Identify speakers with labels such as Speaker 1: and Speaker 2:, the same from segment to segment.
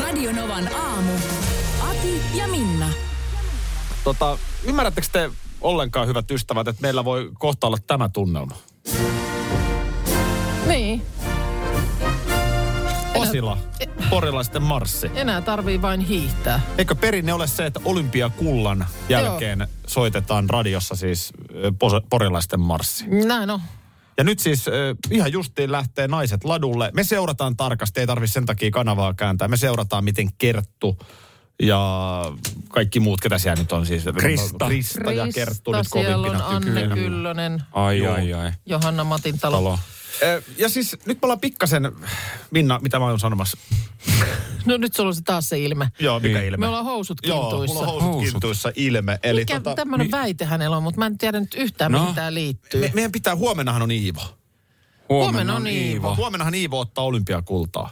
Speaker 1: Radionovan aamu. Ati ja Minna.
Speaker 2: Tota, ymmärrättekö te ollenkaan, hyvät ystävät, että meillä voi kohta olla tämä tunnelma?
Speaker 3: Niin.
Speaker 2: Osila, porilaisten marssi.
Speaker 3: Enää tarvii vain hiihtää.
Speaker 2: Eikö perinne ole se, että olympiakullan jälkeen soitetaan radiossa siis ö, pos- porilaisten marssi?
Speaker 3: Näin on.
Speaker 2: Ja nyt siis ö, ihan justiin lähtee naiset ladulle. Me seurataan tarkasti, ei tarvitse sen takia kanavaa kääntää. Me seurataan, miten Kerttu ja kaikki muut, ketä siellä nyt on siis. Krista. Krista ja Kerttu nyt
Speaker 3: siellä on
Speaker 2: kovimpina
Speaker 3: Anne Kyllönen,
Speaker 2: Ai,
Speaker 4: Juu.
Speaker 2: ai, ai.
Speaker 3: Johanna Matin talo.
Speaker 2: Ah. Talo. Ö, Ja siis nyt me ollaan pikkasen, Minna, mitä mä oon sanomassa?
Speaker 3: No nyt sulla on se taas se ilme.
Speaker 2: Joo, mikä ilme?
Speaker 3: Me ollaan housut
Speaker 2: Joo, mulla
Speaker 3: kintuissa.
Speaker 2: on housut,
Speaker 4: Housut.
Speaker 2: kintuissa ilme. Eli
Speaker 3: Mikä
Speaker 2: tota,
Speaker 3: tämmönen väite hänellä on, mutta mä en tiedä nyt yhtään, no.
Speaker 4: No.
Speaker 3: mihin tää liittyy.
Speaker 2: me, meidän pitää, huomennahan on Iivo.
Speaker 3: Huomenna on Iivo.
Speaker 2: Huomennahan Iivo ottaa olympiakultaa.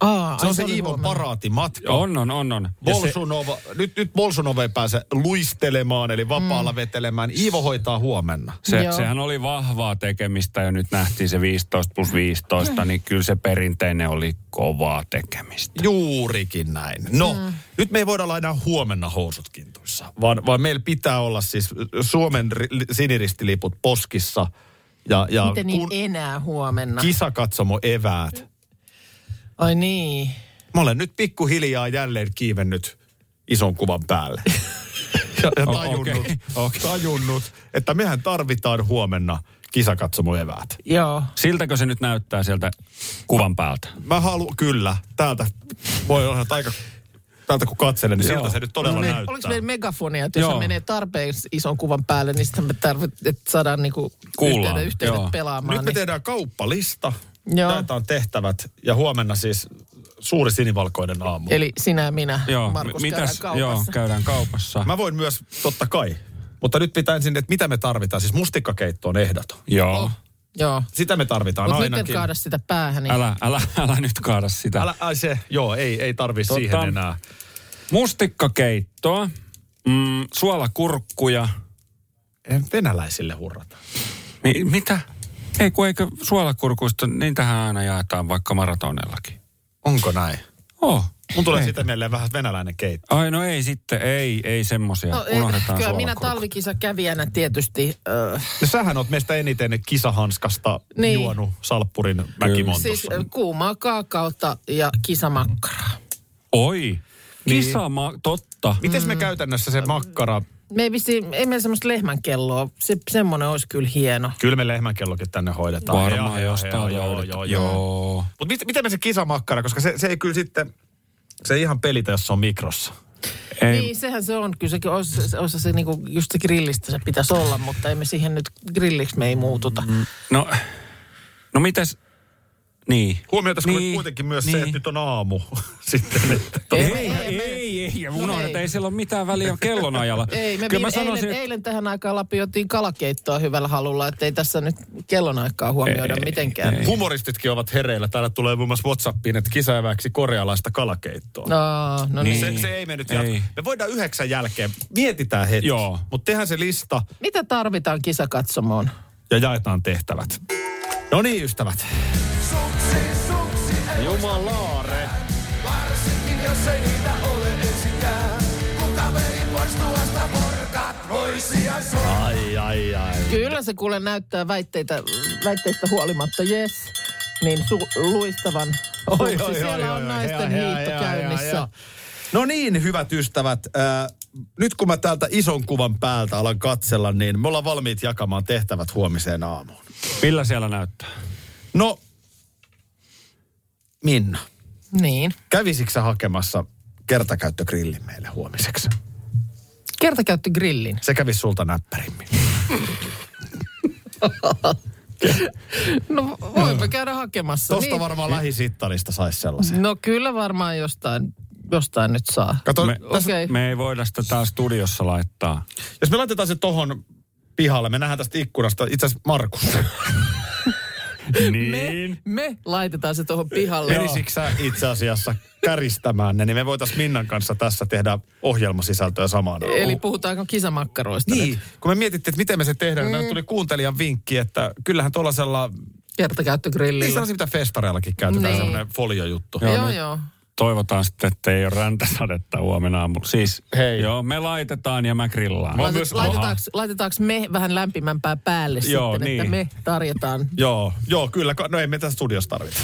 Speaker 3: Aa,
Speaker 2: Se
Speaker 3: ai,
Speaker 2: on se,
Speaker 3: oli
Speaker 2: Iivon
Speaker 3: huomenna.
Speaker 2: paraatimatka.
Speaker 4: On, on, on, on. Ja se,
Speaker 2: Bolsunova, nyt, nyt Bolsunova ei pääse luistelemaan, eli vapaalla mm. vetelemään. Iivo hoitaa huomenna.
Speaker 4: se,
Speaker 3: Joo.
Speaker 4: sehän oli vahvaa tekemistä ja nyt nähtiin se 15 plus 15, niin kyllä se perinteinen oli kovaa tekemistä.
Speaker 2: Juurikin näin. No, mm. nyt me ei voida olla enää huomenna housut kintuissa, vaan, vaan meillä pitää olla siis Suomen ri- siniristiliput poskissa ja, ja
Speaker 3: Miten niin enää huomenna?
Speaker 2: kisakatsomo eväät.
Speaker 3: Ai niin.
Speaker 2: Mä olen nyt pikkuhiljaa jälleen kiivennyt ison kuvan päälle. ja, ja
Speaker 4: O-
Speaker 2: tajunnut, okay.
Speaker 4: okei,
Speaker 2: Okay. tajunnut, että mehän tarvitaan huomenna kisakatsomoeväät.
Speaker 3: Joo.
Speaker 4: Siltäkö se nyt näyttää sieltä kuvan päältä?
Speaker 2: Mä haluan, kyllä, täältä voi olla että aika, täältä kun katselen, niin
Speaker 4: Joo.
Speaker 2: siltä se nyt todella
Speaker 3: Me,
Speaker 2: näyttää.
Speaker 3: oliko No meillä megafonia, että jos
Speaker 4: Joo.
Speaker 3: se menee tarpeeksi ison kuvan päälle, niin sitten me tarvitsemme, että saadaan niinku
Speaker 4: Kuullaan,
Speaker 3: yhteydet, yhteydet
Speaker 4: joo.
Speaker 3: pelaamaan.
Speaker 2: Nyt me
Speaker 3: niin.
Speaker 2: tehdään kauppalista,
Speaker 3: Joo.
Speaker 2: näitä on tehtävät ja huomenna siis suuri sinivalkoinen aamu.
Speaker 3: Eli sinä ja minä,
Speaker 4: Joo,
Speaker 3: Markus,
Speaker 4: m- mitäs,
Speaker 3: käydään
Speaker 4: joo,
Speaker 3: kaupassa.
Speaker 4: käydään kaupassa.
Speaker 2: Mä voin myös, totta kai, mutta nyt pitää ensin, että mitä me tarvitaan. Siis mustikkakeitto on ehdoton.
Speaker 4: Joo.
Speaker 3: Oh, Joo.
Speaker 2: Sitä me tarvitaan
Speaker 3: Mutta nyt
Speaker 2: ainakin.
Speaker 3: et kaada sitä päähän. Niin.
Speaker 4: Älä, älä, älä nyt kaada sitä.
Speaker 2: Älä, ai se, joo, ei, ei tarvi
Speaker 4: Tota-
Speaker 2: siihen enää.
Speaker 4: Mustikkakeittoa, mm, suolakurkkuja.
Speaker 2: En venäläisille hurrata.
Speaker 4: Mi- mitä? Ei kun eikö suolakurkuista, niin tähän aina jaetaan vaikka maratonellakin.
Speaker 2: Onko näin?
Speaker 4: Oh.
Speaker 2: Mun tulee siitä mieleen vähän venäläinen keitto.
Speaker 4: Ai no ei sitten, ei, ei semmosia.
Speaker 3: No,
Speaker 4: No,
Speaker 3: ei,
Speaker 4: Unohdetaan
Speaker 3: kyllä minä
Speaker 4: suolakurkut.
Speaker 3: talvikisa kävijänä tietysti. Äh,
Speaker 2: Ja sähän oot meistä eniten kisahanskasta
Speaker 3: Niin.
Speaker 2: niin. juonut salppurin mäkimontussa.
Speaker 3: siis äh, kuumaa kaakaota ja kisamakkaraa. Niin.
Speaker 4: Oi, kisama, totta.
Speaker 2: Mites
Speaker 3: mm.
Speaker 2: me käytännössä se makkara,
Speaker 3: Me ei, vissi, ei meillä semmoista lehmänkelloa. Se, semmoinen olisi kyllä hieno.
Speaker 2: kyllä me lehmänkellokin tänne hoidetaan.
Speaker 4: Mm. Varmaan jostain löydetään. Joo.
Speaker 2: Mutta mit, miten me se kisamakkara, koska se, se ei kyllä sitten, se ei ihan pelitä, jos se on mikrossa.
Speaker 4: Ei,
Speaker 3: Niin, sehän se on. Kyllä sekin osa, se- osa se, niinku, just se grillistä se pitäisi olla, mutta emme siihen nyt grilliksi me ei muututa. Mm.
Speaker 4: No, no mites, niin.
Speaker 2: Huomioitaisiko
Speaker 4: Niin,
Speaker 2: niin. kuitenkin myös niin. se,
Speaker 4: niin.
Speaker 2: että nyt on aamu sitten. Että
Speaker 4: Ei,
Speaker 3: Ei,
Speaker 4: ei,
Speaker 3: ei,
Speaker 4: ei, ei, ja
Speaker 3: No
Speaker 4: unohdat,
Speaker 3: ei.
Speaker 4: ei. siellä ole mitään väliä kellonajalla.
Speaker 3: Ei, me
Speaker 4: Kyllä
Speaker 3: viime-
Speaker 4: mä sanoisin,
Speaker 3: eilen,
Speaker 4: että-
Speaker 3: eilen tähän aikaan lapioitiin kalakeittoa hyvällä halulla, ettei tässä nyt kellonaikaa huomioida ei, mitenkään. Ei.
Speaker 2: Humoristitkin ovat hereillä. Täällä tulee muun muassa Whatsappiin, että kisäväksi korealaista kalakeittoa.
Speaker 3: No, no niin.
Speaker 2: Se,
Speaker 4: Niin.
Speaker 2: se ei mennyt
Speaker 4: Ei.
Speaker 2: jatko. Me voidaan yhdeksän jälkeen. Mietitään hetki.
Speaker 4: Joo.
Speaker 2: Mutta tehdään se lista
Speaker 3: Mitä tarvitaan kisakatsomoon?
Speaker 2: ja jaetaan tehtävät. No niin, ystävät. Jumalaare. Ai, ai, ai.
Speaker 3: Kyllä se kuule näyttää väitteitä, väitteistä huolimatta, yes, niin su- luistavan. Oi, oi, Siis siellä on naisten
Speaker 2: hea,
Speaker 3: hiihto
Speaker 2: hea, hea,
Speaker 3: käynnissä.
Speaker 2: hea. No niin, hyvät ystävät. Äh, nyt kun mä täältä ison kuvan päältä alan katsella, niin me ollaan valmiit jakamaan tehtävät huomiseen aamuun.
Speaker 4: Millä siellä näyttää?
Speaker 2: No, Minna,
Speaker 3: Niin.
Speaker 2: kävisikö sä hakemassa kertakäyttögrillin meille huomiseksi?
Speaker 3: Kertakäyttö grillin.
Speaker 2: Se kävi sulta näppärimmin.
Speaker 3: No voimme käydä hakemassa.
Speaker 2: Tosta niin. varmaan lähisittarista saisi sellaisen.
Speaker 3: No kyllä varmaan jostain, jostain nyt saa.
Speaker 2: Kato,
Speaker 4: Me,
Speaker 2: me... tässä,
Speaker 3: Mm. Okei.
Speaker 4: me ei voida sitä täällä studiossa laittaa.
Speaker 2: jos me laitetaan se tohon pihalle, me nähdään tästä ikkunasta itse asiassa Markus.
Speaker 4: Niin.
Speaker 3: Me laitetaan se tuohon pihalle.
Speaker 2: Menisikö sä itse asiassa käristämään ne, niin me voitaisiin Minnan kanssa tässä tehdä ohjelmasisältöä samaan aikaan.
Speaker 3: Eli puhutaanko kisamakkaroista nyt?
Speaker 2: Niin, kun me mietittiin, että miten me se tehdään, mm. tuli kuuntelijan vinkki, että kyllähän tuollaisella, niin
Speaker 3: Kertakäyttögrillillä.
Speaker 2: sellaisia mitä festareillakin käytetään,
Speaker 3: Niin.
Speaker 2: niin. semmoinen foliojuttu.
Speaker 3: Joo,
Speaker 4: Joo,
Speaker 3: joo.
Speaker 4: nyt-
Speaker 3: joo.
Speaker 4: Toivotaan sitten, että ei ole räntäsadetta huomenna aamulla. Siis,
Speaker 2: Hei.
Speaker 4: joo, me laitetaan ja mä grillaan.
Speaker 3: Laitet, laitetaanko, laitetaanko me vähän lämpimämpää päälle
Speaker 4: Joo,
Speaker 3: sitten, että
Speaker 4: niin.
Speaker 3: me tarjotaan.
Speaker 2: Joo, joo, kyllä. ka- No ei me tässä studiossa tarvita.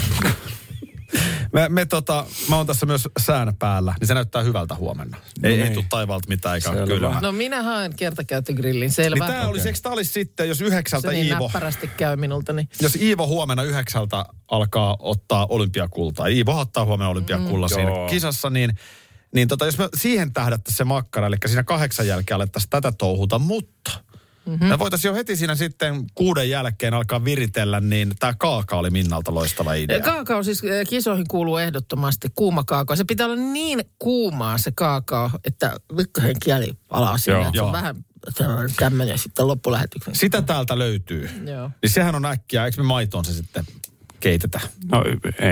Speaker 2: me, me tota, mä oon tässä myös sään päällä, niin se näyttää hyvältä huomenna. Ei, ei
Speaker 4: No niin.
Speaker 2: tule taivaalta mitään, eikä
Speaker 4: Selvä.
Speaker 2: kyllä.
Speaker 3: No minä haen kertakäyttögrillin, selvä.
Speaker 2: niin tää olisi, eikö tää olisi sitten, jos yhdeksältä
Speaker 3: Se niin
Speaker 2: Iivo,
Speaker 3: näppärästi käy minulta, niin
Speaker 2: jos Iivo huomenna yhdeksältä alkaa ottaa olympiakultaa, Iivo ottaa huomenna olympiakulla mm, siinä
Speaker 4: Joo.
Speaker 2: kisassa, niin, niin tota, jos me siihen tähdättäisiin se makkara, eli siinä kahdeksan jälkeen alettaisiin tätä touhuta, mutta mm-hmm. me voitaisiin jo heti siinä sitten kuuden jälkeen alkaa viritellä, niin tämä kaaka oli Minnalta loistava idea.
Speaker 3: Kaakao siis eh, kisoihin kuuluu ehdottomasti kuuma kaakao. Se pitää olla niin kuumaa se kaakao, että Mikkosen kieli palaa sinne.
Speaker 4: Joo.
Speaker 3: Se on
Speaker 2: Joo.
Speaker 3: vähän tämmöinen sitten loppulähetyksen.
Speaker 2: Sitä täältä löytyy.
Speaker 3: Joo.
Speaker 2: Niin sehän on äkkiä, eikö me maitoon se sitten keitetä?
Speaker 4: No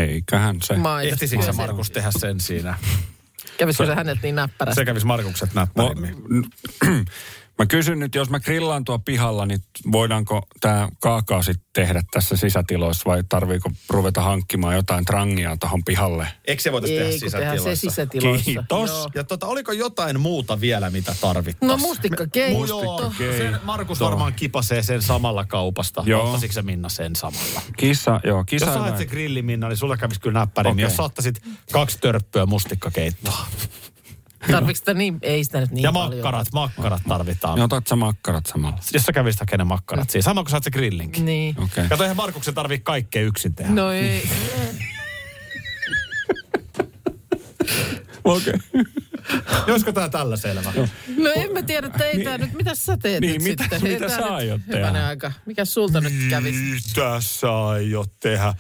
Speaker 4: eiköhän se.
Speaker 3: Maito.
Speaker 2: Ehtisikö sä Markus tehdä sen siinä?
Speaker 3: Kävisikö se hänet niin näppärästi?
Speaker 2: Se kävisi Markukset
Speaker 4: Mä,
Speaker 2: näppärimmin.
Speaker 4: mä kysyn nyt, jos mä grillaan tuo pihalla, niin voidaanko tämä kaakao sitten tehdä tässä sisätiloissa vai tarviiko ruveta hankkimaan jotain trangia tuohon pihalle?
Speaker 2: Eikö se voitaisi tehdä
Speaker 3: Ei, kun tehdään se
Speaker 2: sisätiloissa?
Speaker 3: sisätiloissa.
Speaker 4: Kiitos.
Speaker 3: Joo.
Speaker 2: Ja tota, oliko jotain muuta vielä, mitä tarvittaisiin?
Speaker 3: No mustikkakeitto.
Speaker 2: Me- Joo,
Speaker 4: Mustikkakeitto.
Speaker 2: sen Markus varmaan kipasee sen samalla kaupasta.
Speaker 4: Joo.
Speaker 2: Ottaisitko se Minna sen samalla?
Speaker 4: Kissa, joo,
Speaker 2: Jos
Speaker 4: kisa.
Speaker 2: sä haet se grilli, Minna, niin sulla kävisi kyllä näppärin. Okay.
Speaker 4: Okei.
Speaker 2: Jos sä ottaisit kaksi törppöä mustikkakeittoa.
Speaker 3: Tarviiko sitä niin? Ei sitä nyt niin
Speaker 2: ja
Speaker 3: paljon.
Speaker 2: makkarat, makkarat tarvitaan.
Speaker 4: No otat sä makkarat samalla.
Speaker 2: Jos sä kävisit hakemaan ne makkarat siinä. Sama kuin sä haet se grillinkin.
Speaker 3: Niin.
Speaker 4: Okei. Okay.
Speaker 2: Kato, eihän Markuksen tarvii kaikkea yksin tehdä.
Speaker 3: No ei.
Speaker 4: Okay.
Speaker 2: Olisiko tää tällä selvä?
Speaker 3: No en mä tiedä, että ei tää nyt. Mitä sä teet
Speaker 4: Niin,
Speaker 3: nyt
Speaker 4: mitä-
Speaker 3: sitten? Ei
Speaker 4: mitä
Speaker 3: tää
Speaker 4: sä
Speaker 3: nyt-
Speaker 4: aiot
Speaker 3: hyvänen
Speaker 4: tehdä? Mm.
Speaker 3: aika. Mikä sulta nyt kävisi?
Speaker 2: Mitä sä aiot tehdä?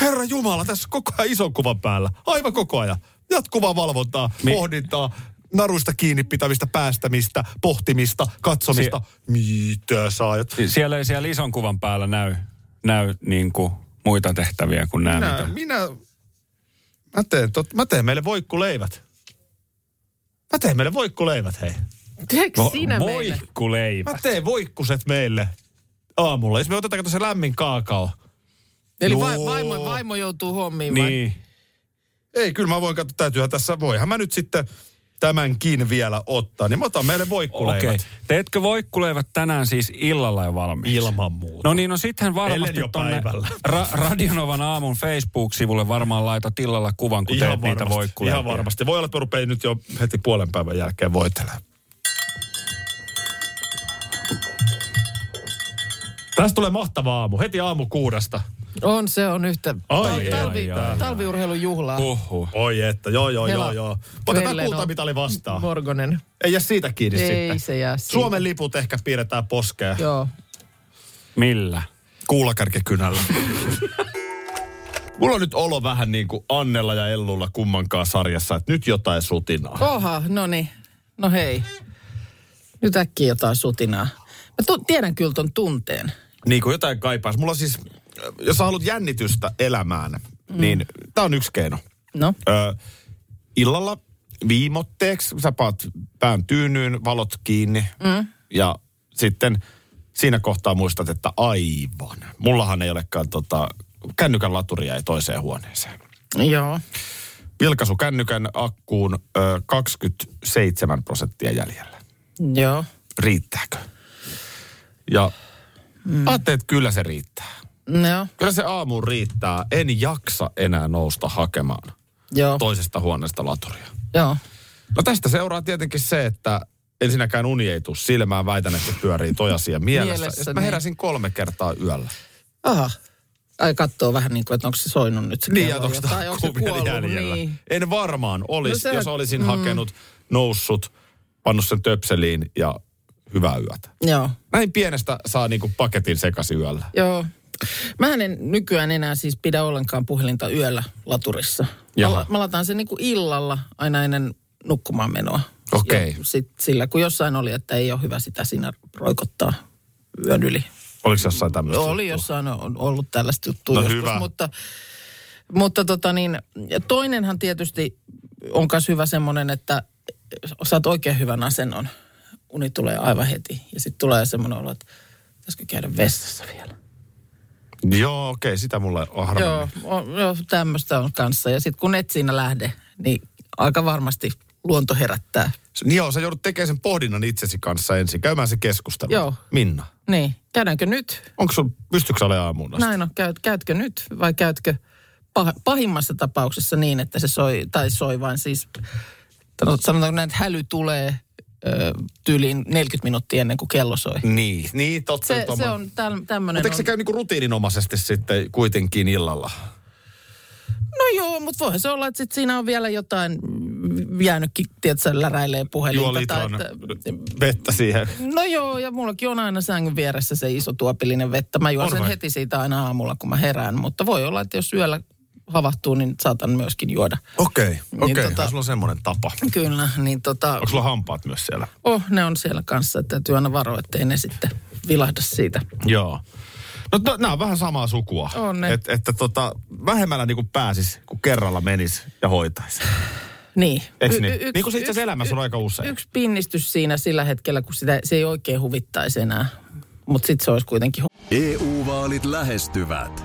Speaker 2: Herra Jumala, tässä koko ajan ison kuvan päällä. Aivan koko ajan. Jatkuvaa valvontaa, Me...
Speaker 4: Mi-
Speaker 2: pohdintaa, naruista kiinni pitämistä, päästämistä, pohtimista, katsomista. Si- Mitä sä aiot?
Speaker 4: Siellä ei siellä ison kuvan päällä näy, näy niin kuin muita tehtäviä kuin nämä.
Speaker 2: Minä,
Speaker 4: mitä-
Speaker 2: minä, mä teen, tot, mä teen meille voikkuleivät. Mä teen meille voikkuleivät, hei.
Speaker 3: Teekö
Speaker 4: No,
Speaker 3: sinä meille?
Speaker 4: Voikkuleipä.
Speaker 2: Mä teen voikkuset meille aamulla. Jos me otetaan kato se lämmin kaakao.
Speaker 3: Eli
Speaker 2: Joo.
Speaker 3: va- vaimo, vaimo joutuu hommiin vai?
Speaker 4: Niin.
Speaker 2: Ei, kyllä mä voin katsoa, täytyyhän tässä, voihan mä nyt sitten tämänkin vielä ottaa. Niin mä otan meille voikkuleivät.
Speaker 4: Okei.
Speaker 2: Okay.
Speaker 4: Okay. Teetkö voikkuleivät tänään siis illalla jo valmiiksi?
Speaker 2: Ilman muuta.
Speaker 4: No niin, no sittenhän varmasti
Speaker 2: Ellen jo
Speaker 4: tonne
Speaker 2: päivällä.
Speaker 4: ra- Radionovan aamun Facebook-sivulle varmaan laitat illalla kuvan, kun teet niitä voikkuja.
Speaker 2: Ihan varmasti. Voi olla, että mä rupean nyt jo heti puolen päivän jälkeen voitelemaan. Tästä tulee mahtava aamu. Heti aamu kuudesta.
Speaker 3: On, se on yhtä.
Speaker 2: Ai,
Speaker 3: Tal- talvi,
Speaker 4: ai, ai, ai.
Speaker 3: talviurheilun juhlaa.
Speaker 4: Huhhuh.
Speaker 2: Oi että, joo joo joo
Speaker 3: Hela-
Speaker 2: joo. Otetaan
Speaker 3: Hellen on-
Speaker 2: kultamitali vastaan.
Speaker 3: Morgonen.
Speaker 2: Ei jää siitä kiinni
Speaker 4: Siis
Speaker 3: Ei
Speaker 2: sitten.
Speaker 3: se jää siitä.
Speaker 2: Suomen liput ehkä piirretään poskeen.
Speaker 3: Joo.
Speaker 4: Millä?
Speaker 2: kuulakärkikynällä. Mulla on nyt olo vähän niin kuin Annella ja Ellulla kummankaan sarjassa, että nyt jotain sutinaa.
Speaker 3: Oha, no niin. No hei. Nyt äkkiä jotain sutinaa. Mä tu- tiedän kyllä ton tunteen.
Speaker 2: Niin kuin jotain kaipaisi. Mulla siis, äh, jos sä haluat jännitystä elämään, mm. niin tää on yksi keino.
Speaker 3: No,
Speaker 2: Ö, illalla viimotteeksi sä paat pään tyynyyn, valot kiinni mm. ja sitten siinä kohtaa muistat, että aivan. Mullahan ei olekaan tota, kännykän laturia ei toiseen huoneeseen.
Speaker 3: joo.
Speaker 2: Vilkaisu kännykän akkuun ö, 27 prosenttia jäljellä.
Speaker 3: Joo.
Speaker 2: Riittääkö? Ja mm. ajattelin, että kyllä se riittää.
Speaker 3: Joo.
Speaker 2: Kyllä se aamu riittää. En jaksa enää nousta hakemaan
Speaker 3: Joo.
Speaker 2: toisesta huoneesta laturia.
Speaker 3: Joo.
Speaker 2: No tästä seuraa tietenkin se, että ensinnäkään uni ei tuu silmään. Väitän, että se pyörii tojasia mielessä.
Speaker 3: Mielessä,
Speaker 2: mielessä mä
Speaker 3: niin.
Speaker 2: heräsin kolme kertaa yöllä.
Speaker 3: Aha. Ai kattoo vähän niin kuin, että onko se soinut nyt se
Speaker 2: Niin, ja
Speaker 3: kello
Speaker 2: onko
Speaker 3: jotain,
Speaker 2: tämä
Speaker 3: onko se kuollut.
Speaker 2: jäljellä?
Speaker 3: Niin.
Speaker 2: En varmaan olisi,
Speaker 3: No
Speaker 2: no
Speaker 3: se-
Speaker 2: jos olisin mm. hakenut, noussut, pannut sen töpseliin ja hyvää yötä.
Speaker 3: Joo.
Speaker 2: Näin pienestä saa niinku paketin sekaisin yöllä.
Speaker 3: Joo. Mä en nykyään enää siis pidä ollenkaan puhelinta yöllä laturissa. Mä,
Speaker 2: Jaha.
Speaker 3: la- mä laitan sen niinku illalla aina ennen nukkumaan menoa.
Speaker 2: Okei.
Speaker 3: Ja Sit sillä, kun jossain oli, että ei ole hyvä sitä siinä roikottaa yön yli.
Speaker 2: Oliko jossain tämmöistä?
Speaker 3: Oli jossain on ollut tällaista juttua
Speaker 2: No
Speaker 3: joskus,
Speaker 2: hyvä.
Speaker 3: mutta, mutta tota niin, ja toinenhan tietysti on myös hyvä semmoinen, että saat oikein hyvän asennon. Uni tulee aivan heti ja sitten tulee semmoinen olo, että pitäisikö käydä vessassa vielä.
Speaker 2: Joo, okei, sitä mulle on harvemmin.
Speaker 3: Joo, on, joo tämmöistä on kanssa. Ja sitten kun et siinä lähde, niin aika varmasti luonto herättää.
Speaker 2: S- Niin joo, sä joudut tekemään sen pohdinnan itsesi kanssa ensin, käymään se keskustelu.
Speaker 3: Joo.
Speaker 2: Minna,
Speaker 3: Niin, käydäänkö nyt?
Speaker 2: onko sun, pystytkö sä olemaan aamuun asti?
Speaker 3: Näin on, käyt, käytkö nyt vai käytkö pah, pahimmassa tapauksessa niin, että se soi, tai soi vain siis, sano- sanotaanko näin, että häly tulee ö, tyyliin 40 minuuttia ennen kuin kello soi.
Speaker 2: Niin, niin totta.
Speaker 3: Se,
Speaker 2: nyt oma-
Speaker 3: se on täl- tämmöinen.
Speaker 2: Mutta eikö se käy niinku rutiininomaisesti sitten kuitenkin illalla?
Speaker 3: No joo, mutta voihan se olla, että sit siinä on vielä jotain mm, jäänytkin, tiedätkö, läräilee puhelinta.
Speaker 2: Juo
Speaker 3: tai
Speaker 2: litran
Speaker 3: että-
Speaker 2: vettä siihen.
Speaker 3: No joo, ja mullakin on aina sängyn vieressä se iso tuopillinen vettä. Mä juon
Speaker 2: On
Speaker 3: sen
Speaker 2: vai?
Speaker 3: heti siitä aina aamulla, kun mä herään. Mutta voi olla, että jos yöllä havahtuu, niin saatan myöskin juoda.
Speaker 2: Okei,
Speaker 3: Niin tota-
Speaker 2: sulla on semmoinen tapa.
Speaker 3: Kyllä, niin tota,
Speaker 2: Onko sulla hampaat myös siellä?
Speaker 3: oh, ne on siellä kanssa, että täytyy aina varoa, ettei ne sitten vilahda siitä.
Speaker 2: Joo. No to, nämä on vähän samaa sukua.
Speaker 3: On ne.
Speaker 2: Et, että tota, vähemmällä niinku pääsis, kun kerralla menis ja hoitais.
Speaker 3: Niin.
Speaker 2: Eiks
Speaker 3: Y-
Speaker 2: niin?
Speaker 3: y- yksi-
Speaker 2: Niin kuin se itse asiassa
Speaker 3: yksi-
Speaker 2: elämässä on aika usein.
Speaker 3: Yksi pinnistys siinä sillä hetkellä, kun sitä, se ei oikein huvittaisi enää. Mutta sitten se olisi kuitenkin
Speaker 5: EU-vaalit E lähestyvät.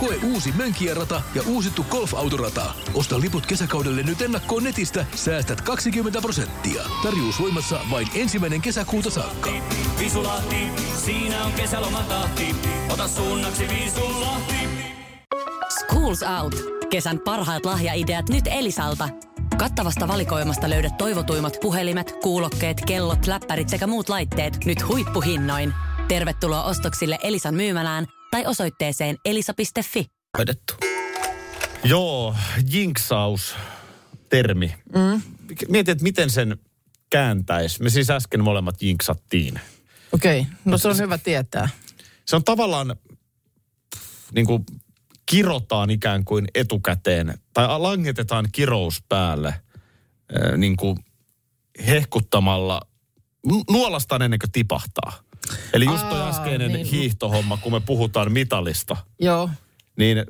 Speaker 6: Koe uusi Mönkijärata ja uusittu golfautorata. Osta liput kesäkaudelle nyt ennakkoon netistä, säästät 20 prosenttia. Tarjous voimassa vain ensimmäinen kesäkuuta saakka.
Speaker 7: Visulahti, siinä on kesälomatahti. Ota suunnaksi Visulahti.
Speaker 8: Schools Out. Kesän parhaat lahjaideat nyt Elisalta. Kattavasta valikoimasta löydät toivotuimmat puhelimet, kuulokkeet, kellot, läppärit sekä muut laitteet nyt huippuhinnoin. Tervetuloa ostoksille Elisan myymälään tai osoitteeseen elisa.fi.
Speaker 3: hoidettu.
Speaker 2: Joo, jinksaus, termi. Mm. Mietin, että miten sen kääntäisi. Me siis äsken molemmat jinksattiin.
Speaker 3: Okei, okay. no se on hyvä tietää.
Speaker 2: Se on tavallaan, niin kuin kirotaan ikään kuin etukäteen, tai langetetaan kirous päälle ö, niin kuin hehkuttamalla, nu- nuolastaan ennen kuin tipahtaa. Eli just toi
Speaker 3: Aa,
Speaker 2: äskeinen
Speaker 3: niin.
Speaker 2: hiihtohomma, kun me puhutaan mitalista –
Speaker 3: Joo,
Speaker 2: niin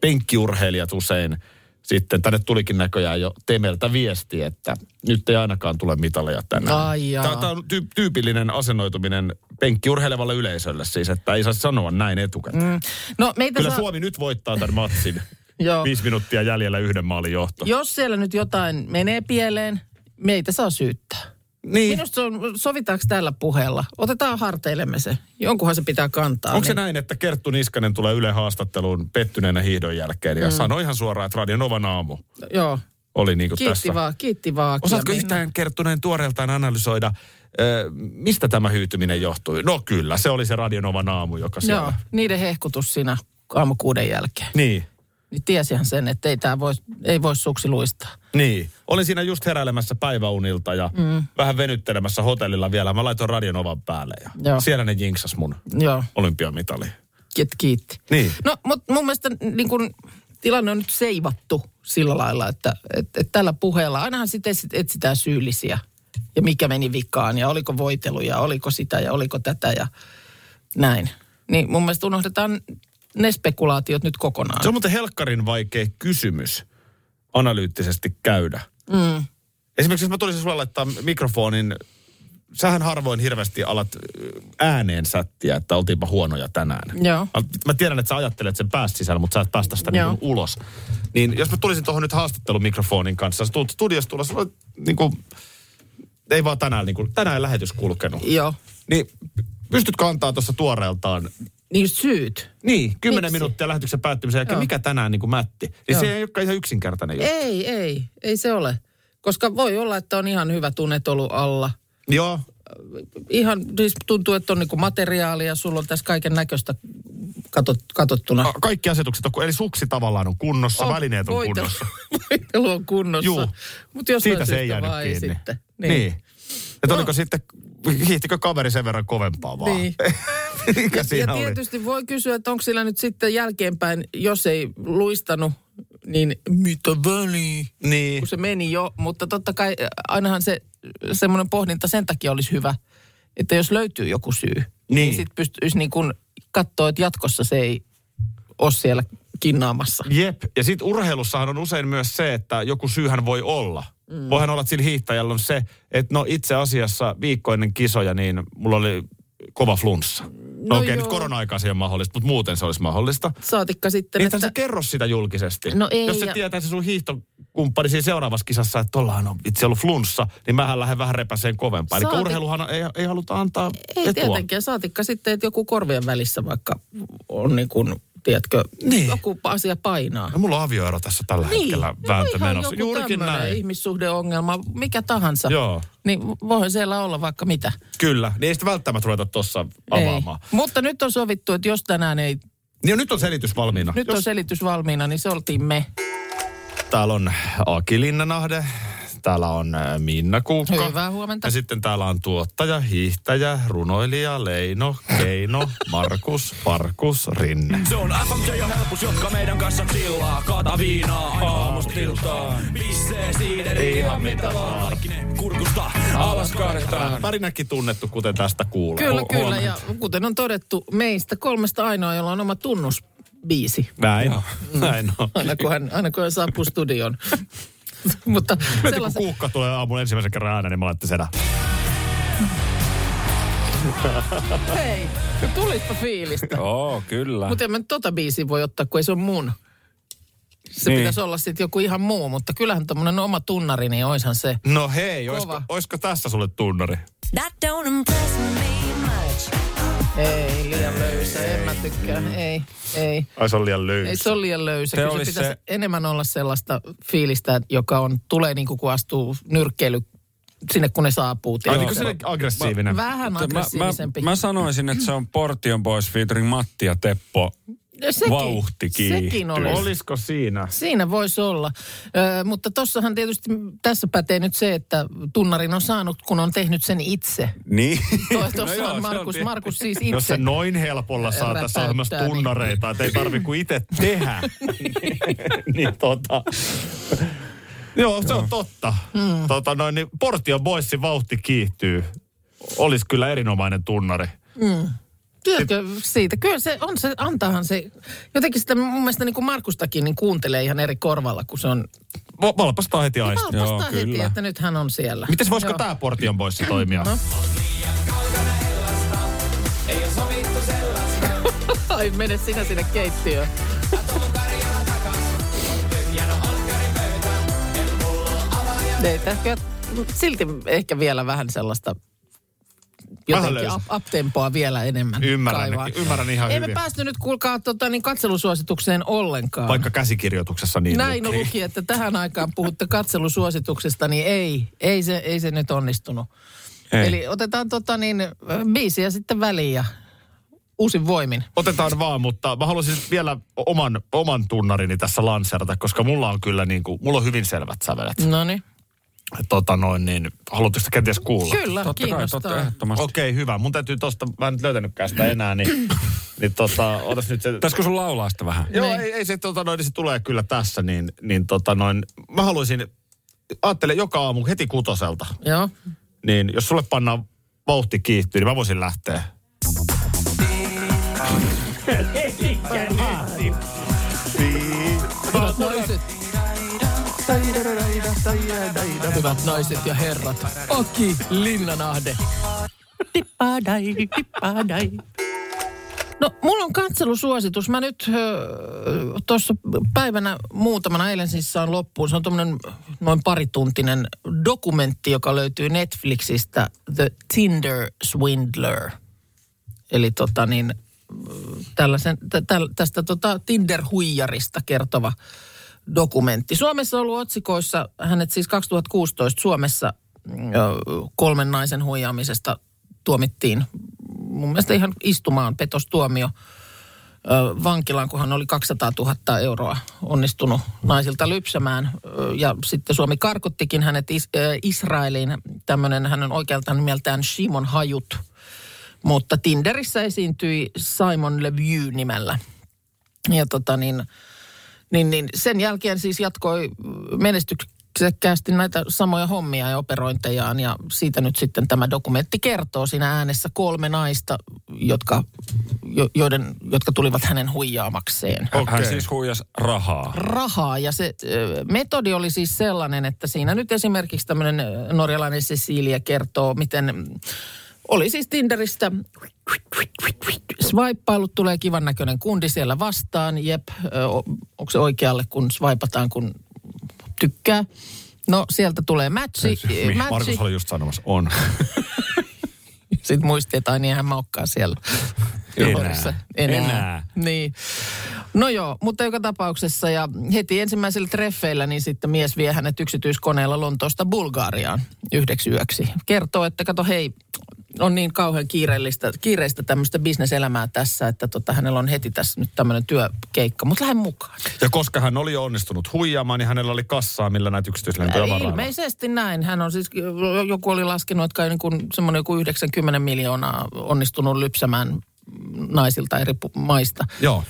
Speaker 2: penkkiurheilijat usein sitten, tänne tulikin näköjään jo Temeltä viesti, että nyt ei ainakaan tule mitaleja tänään.
Speaker 3: Ai jaa.
Speaker 2: Tämä on tyy- tyypillinen asennoituminen penkkiurheilevalle yleisölle siis, että ei saa sanoa näin etukäteen. Mm,
Speaker 3: No meitä
Speaker 2: Kyllä
Speaker 3: saa...
Speaker 2: Suomi nyt voittaa tämän matsin.
Speaker 3: Joo.
Speaker 2: Viisi minuuttia jäljellä yhden maalin johto.
Speaker 3: Jos siellä nyt jotain menee pieleen, meitä saa syyttää.
Speaker 2: Niin,
Speaker 3: Minusta se on, sovitaanko tällä puheella? Otetaan harteillemme se. Jonkunhan se pitää kantaa. Niin-
Speaker 2: onko se näin, että Kerttu Niskanen tulee Yle haastatteluun pettyneenä hiihdon jälkeen ja mm. sanoi ihan suoraan, että Radio Novan aamu
Speaker 3: Joo,
Speaker 2: oli niin kuin
Speaker 3: kiitti
Speaker 2: tässä.
Speaker 3: vaan, kiitti vaan.
Speaker 2: Osaatko
Speaker 3: Kyllä,
Speaker 2: yhtään kertuneen tuoreeltaan analysoida, ö, mistä tämä hyytyminen johtui? No kyllä, se oli se Radionovan aamu, joka
Speaker 3: Minna.
Speaker 2: siellä...
Speaker 3: Joo, niiden hehkutus siinä aamu kuuden jälkeen.
Speaker 2: Niin,
Speaker 3: Niin tiesihän sen, että ei, tää voi, ei voi suksi luistaa.
Speaker 2: niin. Olin siinä just heräilemässä päiväunilta ja mm. vähän venyttelemässä hotellilla vielä. Mä laitoin Radionovan päälle ja
Speaker 3: Joo.
Speaker 2: Joo. siellä ne jinksas mun
Speaker 3: Joo,
Speaker 2: olympiamitali.
Speaker 3: kiit, kiitti.
Speaker 2: Niin.
Speaker 3: No, mutta mun mielestä niin kun, tilanne on nyt seivattu sillä lailla, että et, et tällä puheella ainahan sitten etsitään syyllisiä. Ja mikä meni vikaan ja oliko voiteluja, oliko sitä ja oliko tätä ja näin. Niin mun mielestä unohdetaan ne spekulaatiot nyt kokonaan.
Speaker 2: Se on muuten helkkarin vaikea kysymys analyyttisesti käydä. Mm. Esimerkiksi jos mä tulisin sulle laittaa mikrofonin, sähän harvoin hirveästi alat ö, ääneen sättiä, että oltiinpa huonoja tänään.
Speaker 3: Joo.
Speaker 2: Al- Mä tiedän, että sä ajattelet sen päästä sisällä, mutta sä et päästä sitä niin
Speaker 3: Joo.
Speaker 2: ulos. Niin jos mä tulisin tuohon nyt haastattelumikrofonin kanssa, sä tulet studiosta tulla, niin kuin, niinku, ei vaan tänään, niin kuin, tänään lähetys kulkenut.
Speaker 3: Joo.
Speaker 2: Niin pystytkö antaa tuossa tuoreeltaan
Speaker 3: Niin syyt.
Speaker 2: niin, 10
Speaker 3: Miksi?
Speaker 2: minuuttia lähetyksen päättymisen jälkeen,
Speaker 3: Joo.
Speaker 2: mikä tänään niin kuin mätti. Niin
Speaker 3: Joo.
Speaker 2: se ei olekaan ihan yksinkertainen juttu.
Speaker 3: Ei, ei, ei se ole. Koska voi olla, että on ihan hyvä tunnet ollut alla.
Speaker 2: Joo,
Speaker 3: Ihan siis tuntuu, että on niinku materiaalia, sulla on tässä kaiken näköistä katot, katottuna.
Speaker 2: Ka- kaikki asetukset on, kun- eli suksi tavallaan on kunnossa,
Speaker 3: On
Speaker 2: välineet on
Speaker 3: voitelu-
Speaker 2: kunnossa.
Speaker 3: Voitelu on kunnossa.
Speaker 2: Juu.
Speaker 3: Mutta jos
Speaker 2: Siitä se ei jäänyt
Speaker 3: vaan
Speaker 2: kiinni.
Speaker 3: Ei sitten. No.
Speaker 2: Niin. niin. Että oliko sitten, hiihtikö kaveri sen verran kovempaa vaan?
Speaker 3: Niin.
Speaker 2: Mikä
Speaker 3: Ja
Speaker 2: siinä oli?
Speaker 3: tietysti voi kysyä, että onko sillä nyt sitten jälkeenpäin, jos ei luistanut, niin mitä väliä,
Speaker 2: Niin.
Speaker 3: kun se meni jo. Mutta totta kai äh, ainahan se semmoinen pohdinta sen takia olisi hyvä, että jos löytyy joku syy, niin, niin sitten pystyisi niin kuin katsoa, että jatkossa se ei ole siellä kinnaamassa.
Speaker 2: Jep, ja sitten urheilussahan on usein myös se, että joku syyhän voi olla. Mm. Voihan olla, että sillä hiihtäjällä on se, että no itse asiassa viikko ennen kisoja, niin mulla oli kova flunssa. No,
Speaker 3: No
Speaker 2: okei,
Speaker 3: joo.
Speaker 2: nyt korona-aikaa se on mahdollista, mutta muuten se olisi mahdollista.
Speaker 3: Saatikka sitten,
Speaker 2: Niitä
Speaker 3: että...
Speaker 2: sä kerro sitä julkisesti.
Speaker 3: No ei,
Speaker 2: Jos sä
Speaker 3: ja-
Speaker 2: tietää se sun hiihtokumppani siinä seuraavassa kisassa, että tollahan on itse ollut flunssa, niin mähän lähden vähän repäseen kovempaa. Eli
Speaker 3: Saati-
Speaker 2: urheiluhan ei, ei haluta antaa
Speaker 3: Ei
Speaker 2: etua.
Speaker 3: tietenkään, saatikka sitten, että joku korvien välissä vaikka on niin kuin, tiedätkö,
Speaker 2: Niin.
Speaker 3: joku asia painaa.
Speaker 2: No, mulla on avioero tässä tällä hetkellä
Speaker 3: no
Speaker 2: vääntö
Speaker 3: ihan
Speaker 2: menossa.
Speaker 3: joku
Speaker 2: Juurikin
Speaker 3: tämmönen
Speaker 2: näin.
Speaker 3: ihmissuhdeongelma, mikä tahansa.
Speaker 2: Joo.
Speaker 3: Niin voi siellä olla vaikka mitä.
Speaker 2: Kyllä, niin ei sitä välttämättä ruveta tuossa
Speaker 3: Ei.
Speaker 2: avaamaan.
Speaker 3: Mutta nyt on sovittu, että jos tänään ei,
Speaker 2: Niin nyt on selitys valmiina.
Speaker 3: nyt
Speaker 2: Jos
Speaker 3: on selitys valmiina, niin se oltiin me.
Speaker 2: Täällä on Aki Linnanahde, täällä on äh, Minna Kuukka.
Speaker 3: Hyvää huomenta.
Speaker 2: Ja sitten täällä on tuottaja, hiihtäjä, runoilija, Leino, Keino, Markus, Parkus,
Speaker 3: No
Speaker 2: Rinne.
Speaker 7: Se on FMJ ja helpus, jotka meidän kanssa chillaa. Kaata viinaa, aina aamusta iltaan. Pissee siideri, ihan mitä vaan. Kaikki ne kurkusta alas kaadetaan.
Speaker 2: Pärinäkin tunnettu, kuten tästä kuulee.
Speaker 3: niin. Kyllä,
Speaker 2: Hu-
Speaker 3: kyllä.
Speaker 2: huomenta.
Speaker 3: Ja kuten on todettu, meistä kolmesta ainoa, jolla on oma tunnusbiisi.
Speaker 2: Näin, näin on.
Speaker 3: Aina kun hän, aina kun hän saapuu studioon. Mutta
Speaker 2: Mietin, kun
Speaker 3: sellaisen,
Speaker 2: kuukka tulee aamulla ensimmäisen kerran ääneen, niin mä laitan sen.
Speaker 3: hei, tulispa fiilistä.
Speaker 4: Joo, kyllä.
Speaker 3: Mutta en mä nyt tota biisiä voi ottaa, kun ei se on mun. Se
Speaker 4: Niin.
Speaker 3: niin. pitäisi olla sitten joku ihan muu, mutta kyllähän tämmöinen oma tunnari, niin oishan se.
Speaker 2: No hei,
Speaker 3: Kova.
Speaker 2: oisko, oisko tässä sulle tunnari?
Speaker 8: That don't impress me much.
Speaker 3: Ei, liian löysä, en mä tykkää. Ei, ei.
Speaker 2: Ai se on liian
Speaker 3: Ei,
Speaker 2: löysä.
Speaker 3: se on liian löysä.
Speaker 4: Se
Speaker 3: Kyllä se
Speaker 4: olisi
Speaker 3: pitäisi
Speaker 4: se-
Speaker 3: enemmän olla sellaista fiilistä, joka on, tulee niin kuin kun astuu nyrkkeily sinne, kun ne saapuu.
Speaker 2: Ai
Speaker 3: tiedätkö?
Speaker 2: niin kuin se aggressiivinen.
Speaker 3: Vähän
Speaker 4: Mä,
Speaker 3: aggressiivisempi.
Speaker 4: mä, mä sanoisin, että se on Portion Boys featuring Matti ja Teppo.
Speaker 3: Ja No, sekin,
Speaker 4: vauhti
Speaker 3: Sekin
Speaker 4: kiihtyy.
Speaker 3: olisi.
Speaker 2: Olisiko siinä?
Speaker 3: Siinä voisi olla. Ö, mutta tossahan tietysti tässä pätee nyt se, että tunnarin on saanut, kun on tehnyt sen itse.
Speaker 4: Niin.
Speaker 3: Tuossa no
Speaker 4: joo,
Speaker 3: on
Speaker 4: se
Speaker 3: Markus,
Speaker 4: tietysti.
Speaker 3: Markus siis
Speaker 2: Jos se
Speaker 3: itse.
Speaker 2: noin helpolla saa tässä
Speaker 3: Räpäyttää,
Speaker 2: ohjelmassa
Speaker 3: niin-
Speaker 2: tunnareita, että ei tarvi kuin itse tehdä, niin tota... Joo, se on totta.
Speaker 3: Mm.
Speaker 2: Tota noin, niin Portion Boysin vauhti kiihtyy. Olisi kyllä erinomainen tunnari.
Speaker 3: Tiedätkö siitä? Kyllä se on se, antaahan se. Jotenkin sitä mun mielestä niin kuin Markustakin niin kuuntelee ihan eri korvalla, kun se on
Speaker 2: Va- Valpastaa heti aisti.
Speaker 4: Joo,
Speaker 3: valpastaa heti,
Speaker 4: kyllä.
Speaker 3: että nyt hän on siellä.
Speaker 2: Mites voisiko
Speaker 3: Joo.
Speaker 2: tämä Portion Boys toimia? No.
Speaker 3: Ai mene sinä sinne keittiöön. Ei, ehkä, silti ehkä vielä vähän sellaista jotenkin
Speaker 2: löysä.
Speaker 3: up, uptempoa vielä enemmän.
Speaker 2: Ymmärrän,
Speaker 3: kaivaa.
Speaker 2: ymmärrän ihan
Speaker 3: Ei me
Speaker 2: hyvin.
Speaker 3: päästy nyt kuulkaa tota, niin katselusuositukseen ollenkaan.
Speaker 2: Vaikka käsikirjoituksessa niin
Speaker 3: Näin
Speaker 2: luki.
Speaker 3: luki, että tähän aikaan puhutte katselusuosituksesta, niin ei, ei se, ei se nyt onnistunut.
Speaker 4: Ei.
Speaker 3: Eli otetaan tota, niin, ö, biisiä sitten väliin ja uusin voimin.
Speaker 2: Otetaan vaan, mutta mä haluaisin nyt vielä oman, oman tunnarini tässä lanserata, koska mulla on kyllä niin kuin, mulla on hyvin selvät sävelet.
Speaker 3: No niin.
Speaker 2: Tota noin, niin haluatteko sitä kenties kuulla?
Speaker 3: Kyllä,
Speaker 4: Totta kai,
Speaker 3: kiinnostaa.
Speaker 4: totta ehdottomasti. Okay.
Speaker 2: Okei, hyvä. Mun täytyy tosta, mä en nyt löytänytkään sitä enää, niin, niin tota, otas nyt se...
Speaker 4: Pitäisikö sun laulaa sitä vähän?
Speaker 2: Joo,
Speaker 3: Niin.
Speaker 2: ei, ei se, tota noin, niin se tulee kyllä tässä, niin, niin tota noin, mä haluaisin, ajattele joka aamu heti kutoselta,
Speaker 3: Joo.
Speaker 2: niin jos sulle pannaan vauhti kiihtyy, niin mä voisin lähteä.
Speaker 3: Hyvät naiset. Hyvät naiset ja herrat. Aki Linnanahde. Tippadai, tippadai. No No, mulla on katselusuositus. Mä nyt tuossa päivänä muutamana eilen siis saan loppuun. Se on tuommoinen noin parituntinen dokumentti, joka löytyy Netflixistä, The Tinder Swindler. Eli tota niin, tällaisen, tä, tä, tästä tota Tinder-huijarista kertova dokumentti. Suomessa on ollut otsikoissa, hänet siis 2016 Suomessa mm, ö, kolmen naisen huijaamisesta tuomittiin mun mielestä ihan istumaan petostuomio ö, vankilaan, kun hän oli 200 000 euroa onnistunut naisilta lypsämään. Ö, Ja sitten Suomi karkottikin hänet is- ö, Israeliin, tämmöinen hänen oikealta nimeltään Shimon Hajut. Mutta Tinderissä esiintyi Simon Levy nimellä. Ja tota niin, niin, niin sen jälkeen siis jatkoi menestyksekkäästi näitä samoja hommia ja operointejaan. Ja siitä nyt sitten tämä dokumentti kertoo siinä äänessä kolme naista, jotka, jo, joiden, jotka tulivat hänen huijaamakseen.
Speaker 4: Okay. Hän
Speaker 2: Okei.
Speaker 4: siis huijas rahaa.
Speaker 3: Rahaa ja se ö, metodi oli siis sellainen, että siinä nyt esimerkiksi tämmöinen ö, norjalainen Cecilia kertoo, miten mm, oli siis Tinderistä swipeilut, tulee kivan näköinen kundi siellä vastaan, jep, ö, o- onko se oikealle kun swipataan, kun tykkää. No sieltä tulee matchi, ö, matchi.
Speaker 2: Markus oli just sanomassa, on.
Speaker 3: Sitten muisti, että ai niinhän mä ookkaan siellä. Johorissa. Enää.
Speaker 4: Enää.
Speaker 3: Niin. No joo, mutta joka tapauksessa ja heti ensimmäisillä treffeillä niin sitten mies vie hänet yksityiskoneella Lontoosta Bulgaariaan yhdeksi yöksi. Kertoo, että kato hei, on niin kauhean kiireellistä, kiireistä tämmöistä bisneselämää tässä, että tota, hänellä on heti tässä nyt tämmöinen työkeikka, mutta lähden mukaan.
Speaker 2: Ja koska hän oli onnistunut huijaamaan, niin hänellä oli kassaa, millä näitä yksityislentoja varailla.
Speaker 3: Ilmeisesti näin. Hän on siis, joku oli laskenut, että kai niin kuin semmoinen joku 90 miljoonaa onnistunut lypsämään naisilta eri pu- maista.
Speaker 2: Joo.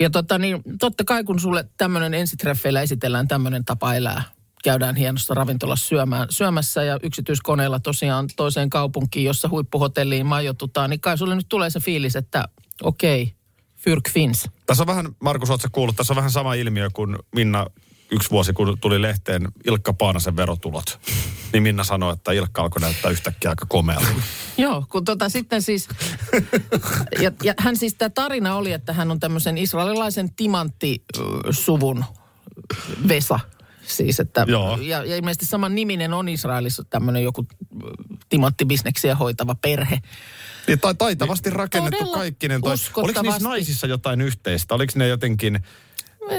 Speaker 3: Ja tota, niin, totta kai kun sulle tämmöinen ensitreffeillä esitellään tämmöinen tapa elää, käydään hienossa ravintolassa syömään, syömässä ja yksityiskoneella tosiaan toiseen kaupunkiin, jossa huippuhotelliin majoitutaan, niin kai sulle nyt tulee se fiilis, että okei, Fyrk Fins.
Speaker 2: Tässä on vähän, Markus, ootko kuullut, tässä on vähän sama ilmiö kuin Minna yksi vuosi, kun tuli lehteen Ilkka Paanasen verotulot. Niin Minna sanoi, että Ilkka alkoi näyttää yhtäkkiä aika komealta.
Speaker 3: Niin, Joo, kun tota sitten siis, ja, ja hän siis tämä tarina oli, että hän on tämmöisen israelilaisen timanttisuvun Vesa. Siis, että,
Speaker 2: Joo.
Speaker 3: ja, ja ilmeisesti saman niminen on Israelissa tämmöinen joku ö, timanttibisneksiä hoitava perhe.
Speaker 2: Niin, tai taitavasti rakennettu
Speaker 3: Todella
Speaker 2: kaikkinen. Toi. Oliko niissä
Speaker 3: uskottavasti.
Speaker 2: naisissa jotain yhteistä? Oliko ne jotenkin...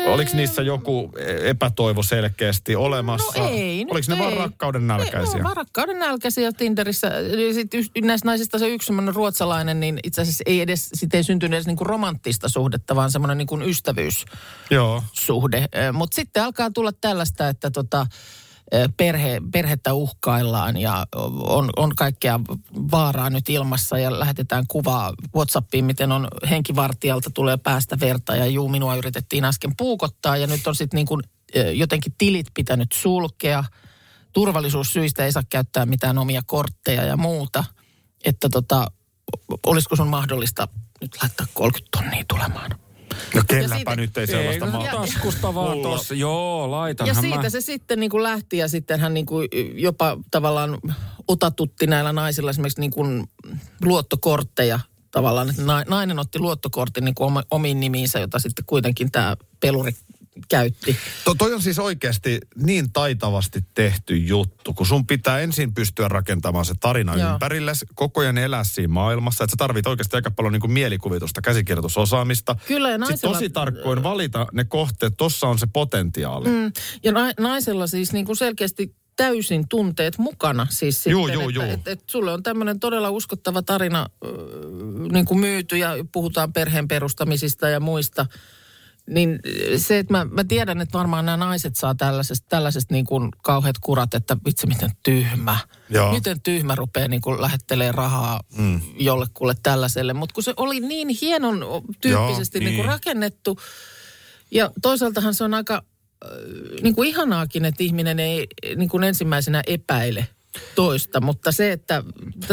Speaker 2: Oliko niissä joku epätoivo selkeästi olemassa?
Speaker 3: Öö. No ei. nyt
Speaker 2: Oliko ne
Speaker 3: ei.
Speaker 2: vaan rakkauden
Speaker 3: Ne,
Speaker 2: nälkäisiä?
Speaker 3: ne on vaan rakkauden nälkäisiä Tinderissä. Ja sit yks- näistä naisista se yksi semmoinen ruotsalainen, niin itse asiassa ei edes, sit ei syntynyt edes niinku romanttista suhdetta, vaan semmoinen niinku ystävyyssuhde.
Speaker 2: Joo.
Speaker 3: Mutta sitten alkaa tulla tällaista, että tota, ö, Perhe, perhettä uhkaillaan ja on, on kaikkea vaaraa nyt ilmassa ja lähetetään kuvaa Whatsappiin, miten on henkivartijalta tulee päästä verta ja juu, minua yritettiin äsken puukottaa ja nyt on sitten niin kuin ö, jotenkin tilit pitänyt sulkea turvallisuussyistä ei saa käyttää mitään omia kortteja ja muuta, että tota, o- olisiko sun mahdollista nyt laittaa 30 tonnia tulemaan.
Speaker 2: No kelläpä
Speaker 3: siitä- no
Speaker 2: nyt ei sellaista
Speaker 4: Eikö
Speaker 2: maa.
Speaker 4: taskusta vaan tossa. Joo,
Speaker 3: Ja
Speaker 4: laitanhan
Speaker 3: siitä
Speaker 4: mä.
Speaker 3: se sitten niin kuin lähti ja sitten hän niin kuin jopa tavallaan otatutti näillä naisilla esimerkiksi niin kuin luottokortteja tavallaan. Että nai- nainen otti luottokortin niin kuin oma- omiin nimiinsä, jota sitten kuitenkin tämä peluri käytti.
Speaker 2: To, toi on siis oikeasti niin taitavasti tehty juttu, kun sun pitää ensin pystyä rakentamaan se tarina
Speaker 3: Joo.
Speaker 2: ympärillesi, koko ajan elää siinä maailmassa, että sä tarvit oikeasti aika paljon niin kuin mielikuvitusta, käsikirjoitusosaamista.
Speaker 3: Kyllä, ja
Speaker 2: Sitten
Speaker 3: naisella-
Speaker 2: tosi tarkkoin valita ne kohteet, tossa on se potentiaali. Mm.
Speaker 3: Ja na- naisella siis niin kuin selkeästi täysin tunteet mukana. Siis sitten,
Speaker 2: Juu, juu,
Speaker 3: että,
Speaker 2: juu.
Speaker 3: Että, että sulle on tämmöinen todella uskottava tarina äh, niin kuin myyty ja puhutaan perheen perustamisista ja muista. Niin se, että mä, mä tiedän, että varmaan nämä naiset saa tällaisesta, tällaisesta niin kuin kauheat kurat, että vitsi miten tyhmä.
Speaker 2: Joo.
Speaker 3: Miten tyhmä rupeaa niin kuin lähettelee rahaa mm. jollekulle tällaiselle. Mutta kun se oli niin hienon o, tyyppisesti
Speaker 2: Joo,
Speaker 3: niin. Niin
Speaker 2: niin.
Speaker 3: kuin rakennettu, ja toisaaltahan se on aika äh, niin kuin ihanaakin, että ihminen ei niin kuin ensimmäisenä epäile toista, mutta se, että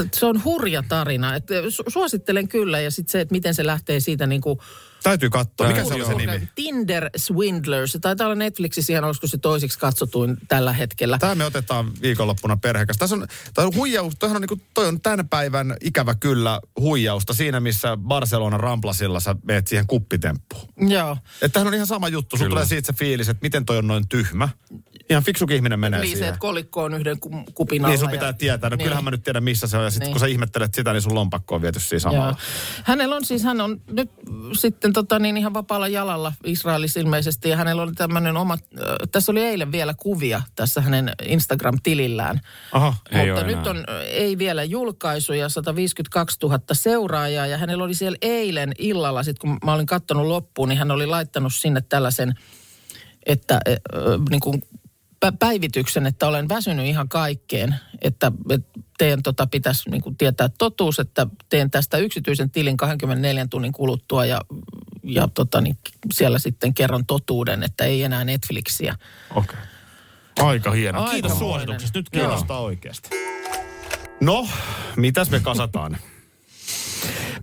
Speaker 3: äh, t- se on hurja tarina. Että su- suosittelen kyllä ja sitten se, että miten se lähtee siitä niin kuin
Speaker 2: Täytyy katsoa. Mikä se
Speaker 3: Kuuluu
Speaker 2: oli se nimi?
Speaker 3: Tinder Swindlers. Se taitaa olla Netflixissä ihan olisiko se toiseksi katsotuin tällä hetkellä.
Speaker 2: Tämä me otetaan viikonloppuna perhekäs. Tässä on, tämä on huijaus, toihan on, niin kuin, toi on tämän päivän ikävä kyllä huijausta siinä, missä Barcelonan Ramplasilla sä meet siihen kuppitemppuun.
Speaker 3: Joo.
Speaker 2: Että tämähän on ihan sama juttu. Sulla tulee siitä se fiilis, että miten toi on noin tyhmä. Ihan fiksukin ihminen menee
Speaker 3: Niin se,
Speaker 2: siihen.
Speaker 3: että kolikko on yhden ku- kupin alla.
Speaker 2: Niin sun
Speaker 3: ja-
Speaker 2: pitää tietää. No
Speaker 3: Niin.
Speaker 2: kyllähän mä nyt tiedän missä se on. Ja sitten
Speaker 3: Niin.
Speaker 2: kun sä ihmettelet sitä, niin sun lompakko on viety siinä
Speaker 3: Joo.
Speaker 2: samalla.
Speaker 3: Hänellä on siis, hän on nyt sitten tota, niin ihan vapaalla jalalla Israelissa ilmeisesti ja hänellä oli tämmöinen oma, äh, tässä oli eilen vielä kuvia tässä hänen Instagram-tilillään.
Speaker 2: Aha.
Speaker 4: Ei
Speaker 3: Mutta
Speaker 4: oo
Speaker 3: nyt
Speaker 4: enää.
Speaker 3: on, äh, ei vielä julkaisuja, 152 000 seuraajaa ja hänellä oli siellä eilen illalla, sitten kun mä olin katsonut loppuun, niin hän oli laittanut sinne tällaisen, että äh, niin kuin pä- päivityksen, että olen väsynyt ihan kaikkeen, että että teen tota, pitäisi niin kuin tietää totuus, että teen tästä yksityisen tilin 24 tunnin kuluttua ja, ja tota, niin siellä sitten kerron totuuden, että ei enää Netflixiä.
Speaker 2: Okei. Aika hieno.
Speaker 3: Aika
Speaker 2: Kiitos
Speaker 3: moinen.
Speaker 2: suosituksesta. Nyt kiinnostaa oikeasti. No, mitäs me kasataan?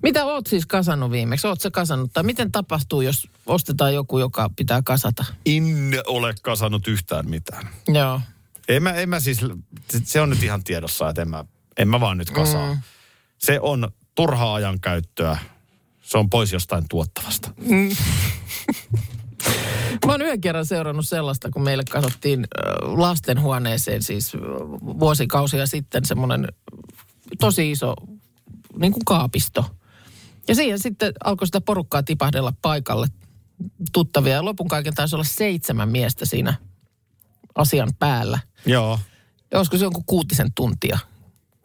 Speaker 3: Mitä oot siis kasannut viimeksi? Oot sä kasannut? Tai miten tapahtuu, jos ostetaan joku, joka pitää kasata?
Speaker 2: En ole kasannut yhtään mitään.
Speaker 3: Joo.
Speaker 2: En mä, en mä siis, se- se on nyt ihan tiedossa, että en mä, en mä vaan nyt kasaa. Mm. Se on turhaa ajankäyttöä. Se on pois jostain tuottavasta.
Speaker 3: Mm. Mä oon yhden kerran seurannut sellaista, kun meille kasattiin ö, lastenhuoneeseen siis ö, vuosikausia sitten semmoinen tosi iso niin kuin kaapisto. Ja siihen sitten alkoi sitä porukkaa tipahdella paikalle tuttavia. Ja lopun kaiken taisi olla seitsemän miestä siinä asian päällä.
Speaker 2: Joo,
Speaker 3: Joskus jonkun kuutisen tuntia,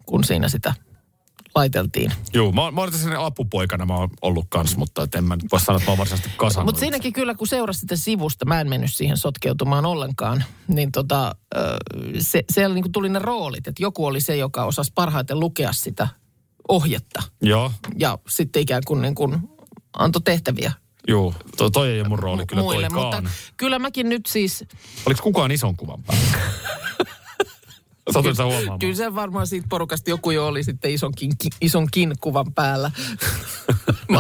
Speaker 3: kun siinä sitä laiteltiin.
Speaker 2: Joo, mä, oon- mä olen tässä apupoikana mä oon ollut kans, mutta et en mä nyt voi sanoa, että mä oon varsinaisesti kasannut.
Speaker 3: Mutta siinäkin kyllä, kun seurasi sitä sivusta, mä en mennyt siihen sotkeutumaan ollenkaan, niin tota, ö, se, siellä niinku tuli ne roolit, että joku oli se, joka osasi parhaiten lukea sitä ohjetta
Speaker 2: Joo,
Speaker 3: ja sitten ikään kuin, niin kuin antoi tehtäviä
Speaker 2: joo. Toi, toi ei ole mun rooli kyllä
Speaker 3: muille.
Speaker 2: toikaan.
Speaker 3: Mutta kyllä mäkin nyt siis,
Speaker 2: Oliko kukaan ison kuvan päällä? Satuin sä huomaamaan.
Speaker 3: kyllä se varmaan siitä porukasta joku jo oli sitten isonkin, ki, isonkin kuvan päällä. mä,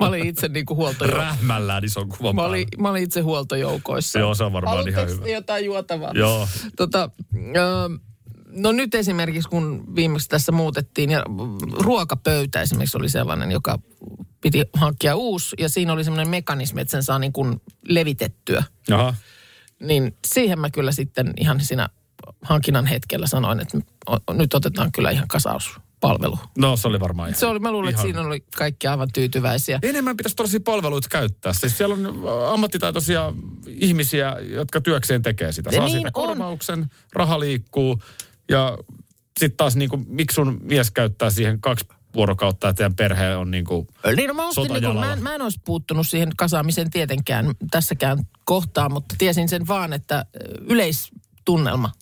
Speaker 3: mä, olin itse niinku huoltojoukoissa.
Speaker 2: Rähmällään ison kuvan
Speaker 3: Mä
Speaker 2: päällä.
Speaker 3: olin, mä olin itse huoltojoukoissa.
Speaker 2: Joo, se on varmaan ihan
Speaker 3: Haluatteko
Speaker 2: hyvä.
Speaker 3: te jotain juotavaa?
Speaker 2: Joo.
Speaker 3: Tota, ö, no nyt esimerkiksi, kun viimeksi tässä muutettiin, ja ruokapöytä esimerkiksi oli sellainen, joka piti hankkia uusi, ja siinä oli semmoinen mekanismi, että sen saa niin kuin levitettyä.
Speaker 2: Jaha.
Speaker 3: Niin siihen mä kyllä sitten ihan siinä hankinnan hetkellä sanoin, että o- nyt otetaan kyllä ihan kasauspalvelu.
Speaker 2: No se oli varmaan ihan.
Speaker 3: Se oli, mä luulen, että
Speaker 2: Ihan.
Speaker 3: siinä oli kaikki aivan tyytyväisiä.
Speaker 2: Enemmän pitäisi tällaisia palveluita käyttää. Siis siellä on äh, ammattitaitoisia ihmisiä, jotka työkseen tekee sitä. Saa
Speaker 3: Niin
Speaker 2: siitä
Speaker 3: on.
Speaker 2: korvauksen, raha liikkuu ja sitten taas niin kuin, miksi sun mies käyttää siihen kaksi vuorokautta ja teidän perhe on niin kuin,
Speaker 3: Niin no mä, ostin, niin kun,
Speaker 2: Sotajalalla.
Speaker 3: mä, en, mä en olisi puuttunut siihen kasaamiseen tietenkään tässäkään kohtaa, mutta tiesin sen vaan, että yleistunnelma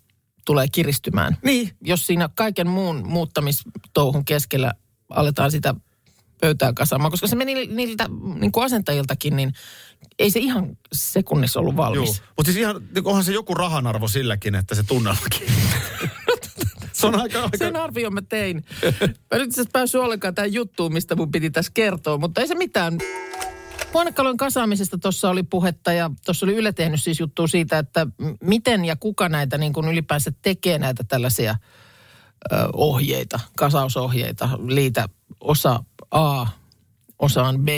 Speaker 3: tulee kiristymään. Niin. Jos siinä kaiken muun muuttamistouhun keskellä aletaan sitä pöytää kasaamaan, koska se meni niiltä niin kuin asentajiltakin, niin ei se ihan sekunnissa ollut valmis.
Speaker 2: Mutta siis ihan, niinku onhan se joku rahanarvo silläkin, että se tunnelmakin. se on aika, aika...
Speaker 3: Sen arvion mä tein. Mä nyt itse asiassa päässyt ollenkaan tähän juttuun, mistä mun piti tässä kertoa, mutta ei se mitään. Huonekalujen kasaamisesta tuossa oli puhetta ja tuossa oli Yle tehnyt siis juttua siitä, että m- miten ja kuka näitä niin kuin ylipäänsä tekee näitä tällaisia ö, ohjeita, kasausohjeita, liitä osa A, osaan B,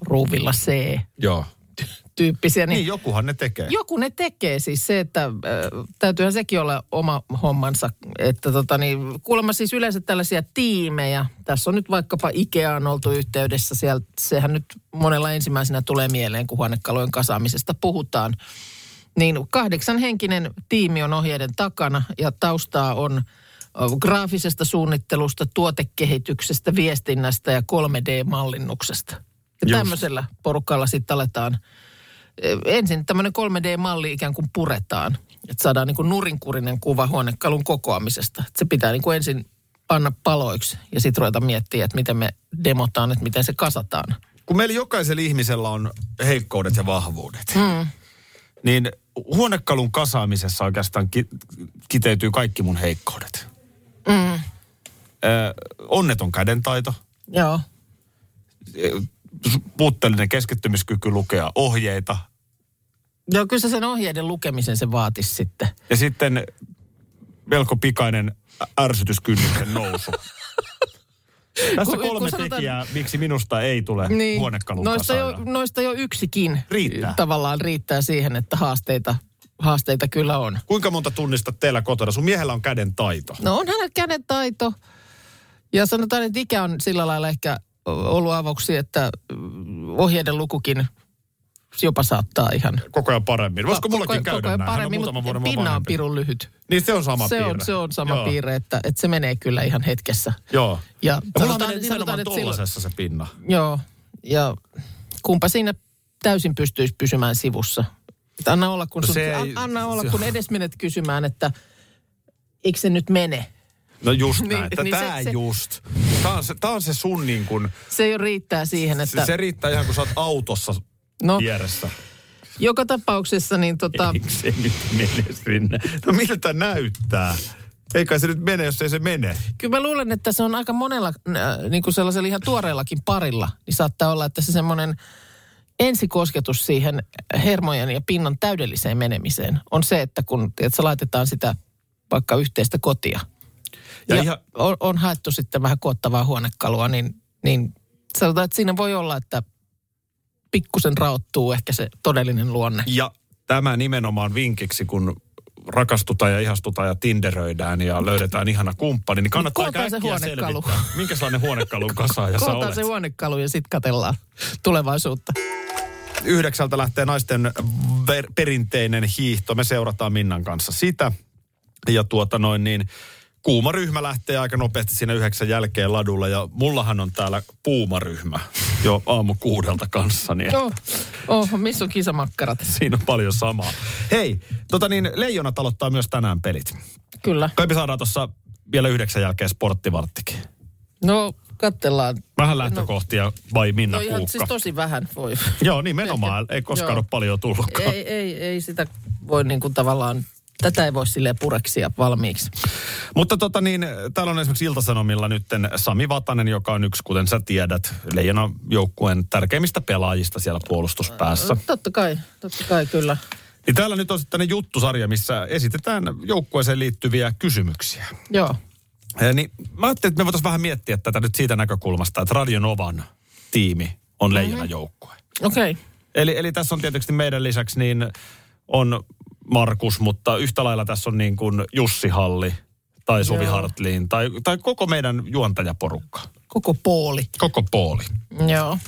Speaker 3: ruuvilla C,
Speaker 2: Joo.
Speaker 3: tyyppisiä.
Speaker 2: Niin jokuhan ne tekee.
Speaker 3: Joku ne tekee siis se, että äh, täytyyhän sekin olla oma hommansa. Että tota niin, kuulemma siis yleensä tällaisia tiimejä. Tässä on nyt vaikkapa Ikeaan oltu yhteydessä. Siellä, sehän nyt monella ensimmäisenä tulee mieleen, kun huonekalujen kasaamisesta puhutaan. Niin kahdeksan henkinen tiimi on ohjeiden takana ja taustaa on äh, graafisesta suunnittelusta, tuotekehityksestä, viestinnästä ja 3D-mallinnuksesta. Ja
Speaker 2: Just.
Speaker 3: tämmöisellä porukalla sitten aletaan Eh, ensin tämmöinen 3D-malli ikään kuin puretaan, että saadaan niin kuin nurinkurinen kuva huonekalun kokoamisesta. Et se pitää niin kuin ensin panna paloiksi ja sitten ruveta miettiä, että miten me demotaan, että miten se kasataan.
Speaker 2: kun meillä jokaisella ihmisellä on heikkoudet ja vahvuudet, mm. niin huonekalun kasaamisessa oikeastaan ki- kiteytyy kaikki mun heikkoudet. Mm. Ö, onneton kädentaito,
Speaker 3: Joo,
Speaker 2: ö, su- puutteellinen keskittymiskyky lukea ohjeita.
Speaker 3: Joo, kyllä se sen ohjeiden lukemisen se vaatisi sitten.
Speaker 2: Ja sitten melko pikainen ä- ärsytyskynnyksen nousu. Tässä
Speaker 3: Kun- kun
Speaker 2: kolme
Speaker 3: sanotaan-
Speaker 2: tekijää, miksi minusta ei tule niin. huonekalun
Speaker 3: noista, jo,
Speaker 2: kasarana.
Speaker 3: noista jo yksikin
Speaker 2: Riittää.
Speaker 3: tavallaan riittää siihen, että haasteita, haasteita kyllä on.
Speaker 2: Kuinka monta tunnistat teillä kotona? Sun miehellä on käden taito.
Speaker 3: No on hänellä käden taito. Ja sanotaan, että ikä on sillä lailla ehkä ollut avoksi, että mm, ohjeiden lukukin jopa saattaa ihan...
Speaker 2: Koko ajan paremmin. Voisiko
Speaker 3: Koko-
Speaker 2: mullakin
Speaker 3: koko
Speaker 2: käydä
Speaker 3: ajan
Speaker 2: näin? Hän on
Speaker 3: paremmin,
Speaker 2: muutaman
Speaker 3: mutta
Speaker 2: vuoden mua
Speaker 3: pinna on
Speaker 2: vanhempi.
Speaker 3: pirun lyhyt.
Speaker 2: Niin se on sama
Speaker 3: se,
Speaker 2: piirre.
Speaker 3: on, se on sama
Speaker 2: Joo.
Speaker 3: piirre, että, että se menee kyllä ihan hetkessä.
Speaker 2: Joo.
Speaker 3: Ja
Speaker 2: Ja mulla
Speaker 3: sanotaan-
Speaker 2: menee
Speaker 3: sanotaan,
Speaker 2: nimenomaan
Speaker 3: että silloin-
Speaker 2: tollasessa se pinna.
Speaker 3: Joo, ja kumpa siinä täysin pystyisi pysymään sivussa. Et Anna olla, kun,
Speaker 2: No
Speaker 3: sun,
Speaker 2: se ei-
Speaker 3: ei, anna olla,
Speaker 2: se-
Speaker 3: kun edes menet kysymään, että eikö se nyt mene.
Speaker 2: No just
Speaker 3: Niin,
Speaker 2: näin. Niin,
Speaker 3: niin se-
Speaker 2: Tää
Speaker 3: se-
Speaker 2: just. Tää on se, tää on se sun niin kun,
Speaker 3: Se jo riittää siihen, että...
Speaker 2: se, se riittää ihan kun sä oot autossa
Speaker 3: no,
Speaker 2: vieressä.
Speaker 3: joka tapauksessa niin tota...
Speaker 2: Eikö se nyt mene sinne? No miltä näyttää? Eikä se nyt mene, jos ei se mene.
Speaker 3: Kyllä mä luulen, että se on aika monella, äh, niin kuin sellaisella ihan tuoreellakin parilla, niin saattaa olla, että se semmoinen ensikosketus siihen hermojen ja pinnan täydelliseen menemiseen on se, että kun tiedätkö, laitetaan sitä vaikka yhteistä kotia.
Speaker 2: Ja
Speaker 3: Ja, ja
Speaker 2: ihan-
Speaker 3: ihan... on, on haettu sitten vähän koottavaa huonekalua, niin, niin sanotaan, että siinä voi olla, että pikkusen raottuu ehkä se todellinen luonne.
Speaker 2: Ja tämä nimenomaan vinkiksi, kun rakastutaan ja ihastutaan ja tinderöidään ja löydätään ihana kumppani, niin kannattaa
Speaker 3: Kootaan
Speaker 2: aika
Speaker 3: se
Speaker 2: äkkiä
Speaker 3: huonekalu.
Speaker 2: selvittää, minkälainen huonekalun kasaaja sä
Speaker 3: Kootaan
Speaker 2: olet.
Speaker 3: se huonekalu ja sitten katellaan tulevaisuutta.
Speaker 2: Yhdeksältä lähtee naisten ver- perinteinen hiihto. Me seurataan Minnan kanssa sitä. Ja tuota noin niin, kuuma ryhmä lähtee aika nopeasti siinä yhdeksän jälkeen ladulla. Ja mullahan on täällä puumaryhmä jo aamu kuudelta kanssa. Niin
Speaker 3: Joo, oho, missä on kisamakkarat?
Speaker 2: siinä on paljon samaa. Hei, tota niin, Leijonat aloittaa myös tänään pelit.
Speaker 3: Kyllä.
Speaker 2: Kai me saadaan tuossa vielä yhdeksän jälkeen sporttivarttikin.
Speaker 3: No, katsellaan.
Speaker 2: Vähän lähtökohtia vai Minna
Speaker 3: No
Speaker 2: no,
Speaker 3: ihan
Speaker 2: Kuukka?
Speaker 3: siis tosi vähän voi.
Speaker 2: Joo, nimenomaan. Ei koskaan
Speaker 3: Joo.
Speaker 2: ole paljon tullutkaan.
Speaker 3: ei, ei, ei sitä voi niin kuin tavallaan, tätä ei voi silleen pureksia valmiiksi.
Speaker 2: Mutta tota niin, täällä on esimerkiksi Iltasanomilla nyt Sami Vatanen, joka on yksi, kuten sä tiedät, leijona joukkueen tärkeimmistä pelaajista siellä puolustuspäässä.
Speaker 3: Totta kai, totta kai kyllä.
Speaker 2: Niin täällä nyt on sitten tämmöinen juttusarja, missä esitetään joukkueeseen liittyviä kysymyksiä.
Speaker 3: Joo,
Speaker 2: Eh, Niin mä ajattelin, että me voitaisiin vähän miettiä tätä nyt siitä näkökulmasta, että Radionovan tiimi on leijona joukkue.
Speaker 3: okei. Okay.
Speaker 2: Eli, eli tässä on tietysti meidän lisäksi niin on Markus, mutta yhtä lailla tässä on niin kuin Jussi Halli tai Suvi
Speaker 3: Joo.
Speaker 2: Hartliin tai, tai koko meidän juontajaporukka,
Speaker 3: Koko pooli.
Speaker 2: koko pooli.
Speaker 3: Joo.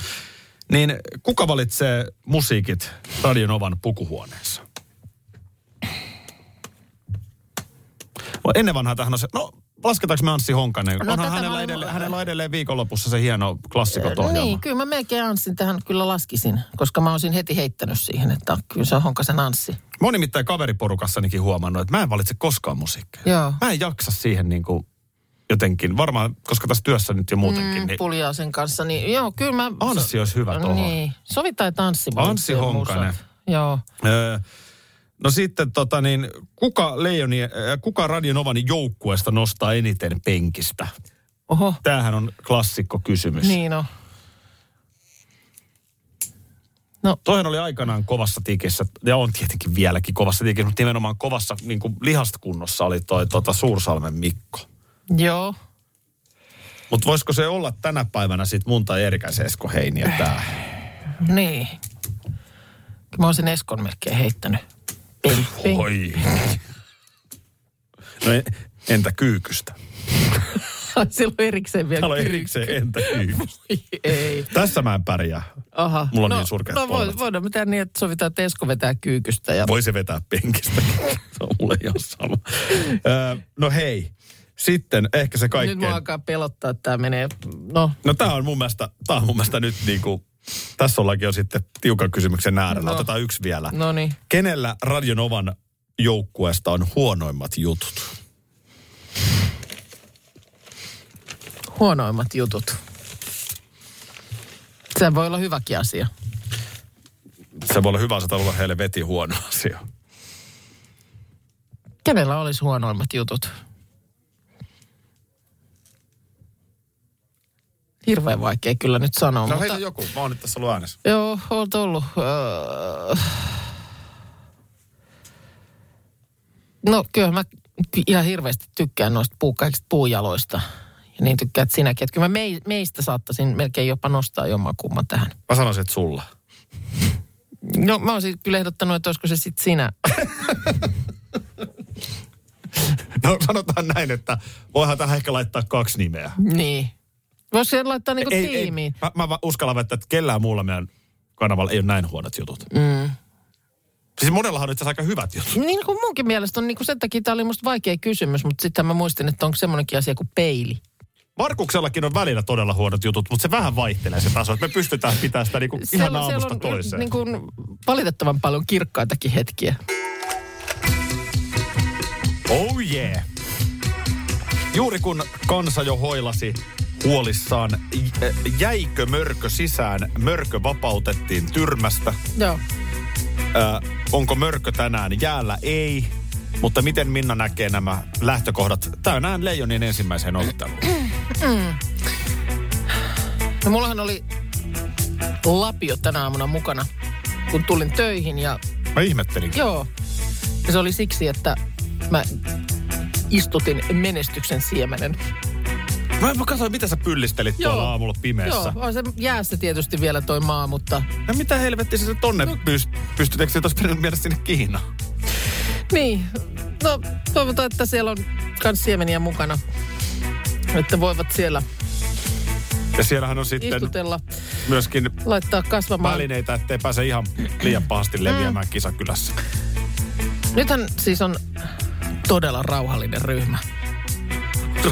Speaker 2: Niin kuka valitsee musiikit Radionovan pukuhuoneessa? No Ennen vanhaa tähän on se, no lasketaanko me Anssi Honkanen?
Speaker 3: No
Speaker 2: No, Onhan
Speaker 3: tätä
Speaker 2: hänellä,
Speaker 3: mä-
Speaker 2: edelleen, hänellä on edelleen viikonlopussa se hieno klassikot ohjelma.
Speaker 3: Niin, kyllä mä melkein Anssin tähän kyllä laskisin, koska mä olisin heti heittänyt siihen, että kyllä se on Honkasen Anssi.
Speaker 2: Mä oon nimittäin kaveriporukassanikin huomannut, että mä en valitse koskaan musiikkia.
Speaker 3: Joo.
Speaker 2: Mä en jaksa siihen niin kuin jotenkin, varmaan, koska tässä työssä nyt jo muutenkin, mm, niin
Speaker 3: Puljaa sen kanssa, niin joo, kyllä mä...
Speaker 2: Anssi olisi hyvä tuohon.
Speaker 3: Niin, sovitaan, että Anssi
Speaker 2: Anssi
Speaker 3: valitsee
Speaker 2: Honkanen.
Speaker 3: musat. Joo.
Speaker 2: Öö, no sitten tota niin, kuka, Leijoni, äh, kuka Radionovan joukkueesta nostaa eniten penkistä?
Speaker 3: Oho.
Speaker 2: Tämähän on klassikko kysymys.
Speaker 3: Niin on.
Speaker 2: Toihan oli aikanaan kovassa tikissä, ja on tietenkin vieläkin kovassa tikissä, mutta nimenomaan kovassa niin kuin lihaskunnossa oli toi tota, Suursalmen Mikko.
Speaker 3: Joo.
Speaker 2: Mutta voisiko se olla tänä päivänä sitten mun tai Erikäs Esko Heiniä tää?
Speaker 3: Niin. Mä olisin Eskon melkein heittänyt. Ping, ping.
Speaker 2: Oi. No e- entä kyykystä?
Speaker 3: Silloin erikseen vielä.
Speaker 2: Täällä on
Speaker 3: kyy-
Speaker 2: erikseen entä kyykystä.
Speaker 3: Ei.
Speaker 2: Tässä mä en pärjää.
Speaker 3: Aha.
Speaker 2: Mulla on
Speaker 3: no,
Speaker 2: niin surkeat
Speaker 3: No
Speaker 2: polvet.
Speaker 3: voi, voidaan me tehdä niin, että sovitaan, että Esko vetää kyykystä. Ja...
Speaker 2: Voi se vetää penkistä. Se on mulle ihan sama. Öö, no hei. Sitten ehkä se
Speaker 3: Nyt mua
Speaker 2: kaikkein.
Speaker 3: alkaa pelottaa, että tämä menee. No,
Speaker 2: No tää on mun mielestä, tää on mun mielestä nyt niinku, tässä ollaankin jo sitten tiukan kysymyksen äärellä.
Speaker 3: No.
Speaker 2: Otetaan yksi vielä.
Speaker 3: no niin.
Speaker 2: Kenellä Radionovan joukkueesta on huonoimmat jutut?
Speaker 3: Huonoimmat jutut. Se voi olla hyväkin asia.
Speaker 2: Se voi olla hyvä, se olla heille veti huono asia.
Speaker 3: Kenellä olisi huonoimmat jutut? Hirveän vaikea kyllä nyt sanoa.
Speaker 2: No
Speaker 3: mutta...
Speaker 2: heitä joku, mä oon nyt tässä ollut äänessä.
Speaker 3: Joo, oot ollut. Öö... No kyllä mä ihan hirveästi tykkään noista puu, kaikista puujaloista. Ja niin tykkäät sinäkin. Että kyllä mä mei- meistä saattaisin melkein jopa nostaa jommankumman tähän.
Speaker 2: Mä sanoisin, että sulla.
Speaker 3: No mä olisin kyllä ehdottanut, että olisiko se sitten sinä.
Speaker 2: No sanotaan näin, että voihan tähän ehkä laittaa kaksi nimeä.
Speaker 3: niin. Voisi sen laittaa niinku tiimiin.
Speaker 2: Ei, mä, mä vaan uskallan väittää, että kellään muulla meidän kanavalla ei ole näin huonot jutut. Mm. Siis monellahan on itse asiassa aika hyvät jutut.
Speaker 3: Niin kuin munkin mielestä on, niin kuin sen takia tämä oli musta vaikea kysymys, mutta sitten mä muistin, että onko semmoinenkin asia kuin peili.
Speaker 2: Markuksellakin on välillä todella huonot jutut, mutta se vähän vaihtelee se taso, että me pystytään pitämään sitä niinku ihan aamusta toiseen.
Speaker 3: niin kuin valitettavan paljon kirkkaitakin hetkiä.
Speaker 2: Oh yeah. Juuri kun kansa jo hoilasi huolissaan, j- äh, jäikö mörkö sisään, mörkö vapautettiin tyrmästä.
Speaker 3: Joo.
Speaker 2: Äh, onko mörkö tänään jäällä? Ei. Mutta miten Minna näkee nämä lähtökohdat tänään Leijonin ensimmäiseen otteluun?
Speaker 3: No mullahan oli lapio tänä aamuna mukana, kun tulin töihin ja
Speaker 2: Mä ihmettelin.
Speaker 3: joo. Ja se oli siksi, että mä istutin menestyksen siemenen.
Speaker 2: Mä, mä katsoin, mitä sä pyllistelit tuolla
Speaker 3: Joo.
Speaker 2: aamulla
Speaker 3: Joo,
Speaker 2: pimeässä.
Speaker 3: on se jäässä tietysti vielä toi maa, mutta
Speaker 2: No mitä helvettiä sä tonne
Speaker 3: No.
Speaker 2: pyst- pystyt? Eikö se tos pitänyt viedä sinne Kiinaan?
Speaker 3: Niin, no toivotaan, että siellä on myös siemeniä mukana, että voivat siellä
Speaker 2: Ja siellähän on sitten
Speaker 3: istutella,
Speaker 2: myöskin
Speaker 3: laittaa kasvamaan.
Speaker 2: välineitä, ettei pääse ihan liian
Speaker 3: Mm.
Speaker 2: pahasti leviämään kisakylässä.
Speaker 3: Nythän siis on todella rauhallinen ryhmä.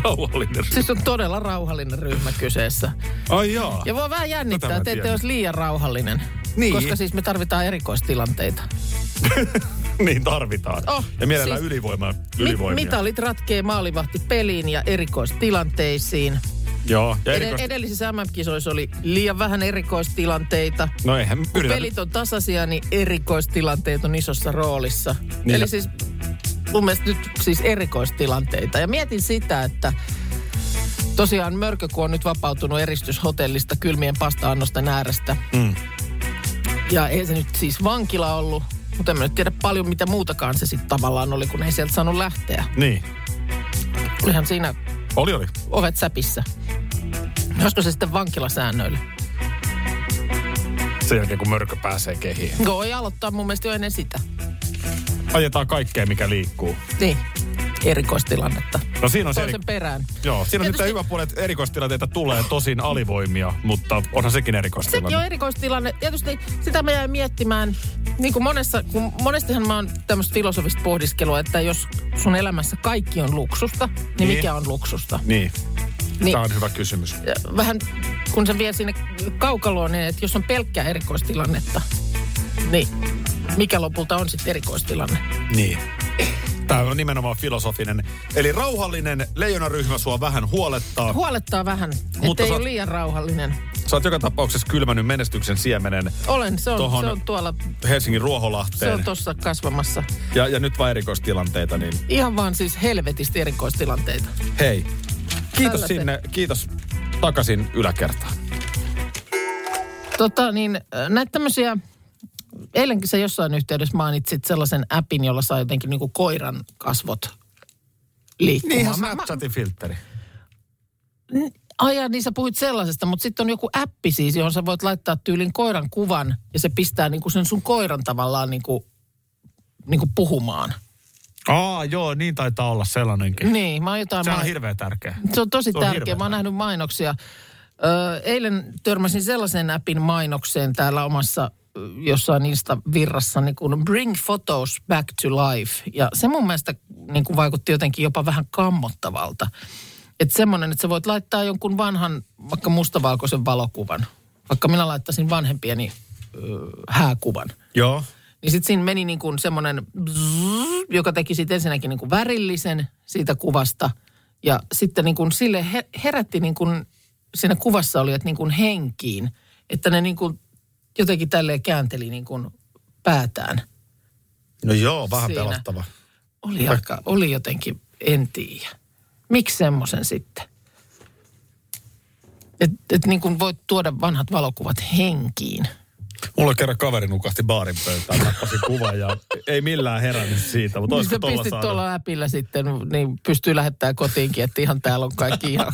Speaker 2: Rauhallinen.
Speaker 3: Siis on todella rauhallinen ryhmä kyseessä.
Speaker 2: Ai jaa.
Speaker 3: Ja voi vähän
Speaker 2: No, Tätä
Speaker 3: jännittää,
Speaker 2: mä
Speaker 3: että ette
Speaker 2: tiedän.
Speaker 3: olisi liian rauhallinen.
Speaker 2: Niin.
Speaker 3: Koska siis me tarvitaan erikoistilanteita.
Speaker 2: niin tarvitaan.
Speaker 3: Oh,
Speaker 2: ja mielellään
Speaker 3: siis-
Speaker 2: ylivoimaa,
Speaker 3: Mit,
Speaker 2: ylivoimia.
Speaker 3: mitalit ratkee maalivahti peliin ja erikoistilanteisiin.
Speaker 2: Joo. Ja
Speaker 3: Erikoist...
Speaker 2: erikois...
Speaker 3: Edellisissä MM-kisoissa oli liian vähän erikoistilanteita.
Speaker 2: No eihän me
Speaker 3: kun
Speaker 2: yritä.
Speaker 3: pelit on tasaisia, niin erikoistilanteet on isossa roolissa.
Speaker 2: Niin.
Speaker 3: Niin. Eli siis mun mielestä nyt siis erikoistilanteita. Ja mietin sitä, että tosiaan Mörkö, kun on nyt vapautunut eristyshotellista kylmien pasta-annosten äärestä. Mm. Ja ei se nyt siis vankila ollut, mutta en mä nyt tiedä paljon mitä muutakaan se sitten tavallaan oli, kun ei sieltä saanut lähteä.
Speaker 2: Niin.
Speaker 3: Olihan siinä
Speaker 2: Oli, oli.
Speaker 3: ovet säpissä. Olisiko se sitten vankilasäännöillä?
Speaker 2: Sen jälkeen, kun mörkö pääsee kehiin.
Speaker 3: Voi aloittaa mun mielestä jo ennen sitä.
Speaker 2: Ajetaan kaikkea, mikä liikkuu.
Speaker 3: Niin, erikoistilannetta.
Speaker 2: No siinä on se...
Speaker 3: Toisen perään.
Speaker 2: Joo, siinä on
Speaker 3: Tietysti-
Speaker 2: sitten hyvä puoli, että erikoistilanteita tulee tosin alivoimia, mutta onhan sekin erikoistilanne.
Speaker 3: Sekin on erikoistilanne. Tietysti sitä mä jäin miettimään, niin kuin monessa, kun monestihan mä oon tämmöistä filosofista pohdiskelua, että jos sun elämässä kaikki on luksusta, niin, niin.
Speaker 2: Niin.
Speaker 3: mikä on luksusta?
Speaker 2: Niin.
Speaker 3: Niin.
Speaker 2: Tämä on hyvä kysymys.
Speaker 3: Vähän kun se vie sinne kaukaloon, niin että jos on pelkkää erikoistilannetta, niin mikä lopulta on sitten erikoistilanne?
Speaker 2: Niin. Tämä on nimenomaan filosofinen. Eli rauhallinen leijonaryhmä sua vähän huolettaa.
Speaker 3: Huolettaa vähän,
Speaker 2: Mutta
Speaker 3: että ei
Speaker 2: sä-
Speaker 3: ole liian rauhallinen.
Speaker 2: Sä oot joka tapauksessa kylmänyt menestyksen siemenen
Speaker 3: Olen, se on,
Speaker 2: Tohon-
Speaker 3: se on tuolla,
Speaker 2: Helsingin
Speaker 3: se
Speaker 2: Ruoholahteen.
Speaker 3: on tuossa kasvamassa.
Speaker 2: ja, ja nyt vaan erikoistilanteita, niin
Speaker 3: Ihan vaan siis helvetisti erikoistilanteita.
Speaker 2: hei. Kiitos
Speaker 3: Tällä se.
Speaker 2: sinne, kiitos takaisin yläkertaan.
Speaker 3: Tota niin, äh, näitä tämmöisiä, eilenkin sä jossain yhteydessä mainitsit sellaisen appin, jolla saa jotenkin niinku koiran kasvot
Speaker 2: Niin
Speaker 3: liikkumaan.
Speaker 2: Snapchatin filtteri.
Speaker 3: Ai jaa, niin sä puhuit sellaisesta, mutta sitten on joku appi siis, johon sä voit laittaa tyylin koiran kuvan ja se pistää niinku sen sun koiran tavallaan niinku, niinku puhumaan.
Speaker 2: Aa, joo, niin taitaa olla sellainenkin.
Speaker 3: Niin, mä oon jotain...
Speaker 2: Se
Speaker 3: mä-
Speaker 2: on hirveän tärkeä.
Speaker 3: Se on tosi
Speaker 2: Se
Speaker 3: se
Speaker 2: on
Speaker 3: on
Speaker 2: hirveä
Speaker 3: tärkeä. Mä oon nähnyt mainoksia. Ö, eilen törmäsin sellaisen appin mainokseen täällä omassa ö, jossain niistä virrassa, niin kuin Bring Photos Back to Life. Ja se mun mielestä niin kuin vaikutti jotenkin jopa vähän kammottavalta. Että semmoinen, että sä voit laittaa jonkun vanhan, vaikka mustavalkoisen valokuvan. Vaikka minä laittaisin vanhempieni ö, hääkuvan.
Speaker 2: Joo.
Speaker 3: Niin sitten siinä meni niin kuin semmoinen, bzzz, joka teki sitten ensinnäkin niin kuin värillisen siitä kuvasta. Ja sitten niin kuin sille he- herätti niin kuin, siinä kuvassa oli, että niin kuin henkiin. Että ne niin kuin jotenkin tälleen käänteli niin kuin päätään.
Speaker 2: No joo, vähän
Speaker 3: Siinä.
Speaker 2: pelottava.
Speaker 3: Oli aika, oli jotenkin, en tiedä. Miksi semmoisen sitten? Että et niin kuin voit tuoda vanhat valokuvat henkiin.
Speaker 2: Mulle kerran kaveri nukahti baarin pöytään, nappasin kuvan ja ei millään herännyt siitä, mutta
Speaker 3: Niin
Speaker 2: olisiko
Speaker 3: sä
Speaker 2: tolla
Speaker 3: pistit
Speaker 2: saanut?
Speaker 3: tuolla läpillä sitten, niin pystyy lähettämään kotiinkin, että ihan täällä on kaikki ihan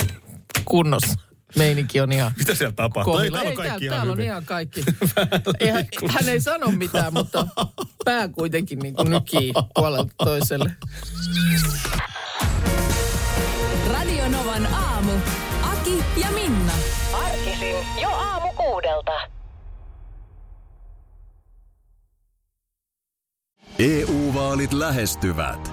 Speaker 3: kunnossa. Meininki on ihan
Speaker 2: Mitä siellä tapahtuu? Ei,
Speaker 3: kovilla.
Speaker 2: täällä on kaikki
Speaker 3: täällä,
Speaker 2: ihan
Speaker 3: täällä on
Speaker 2: hyvin.
Speaker 3: ihan kaikki. Eihän, hän ei sano mitään, mutta pää kuitenkin niin kuin nykii puolelta toiselle.
Speaker 1: Radio Novan aamu. Aki ja Minna.
Speaker 9: Arkisin jo aamu kuudelta.
Speaker 5: EU-vaalit E lähestyvät.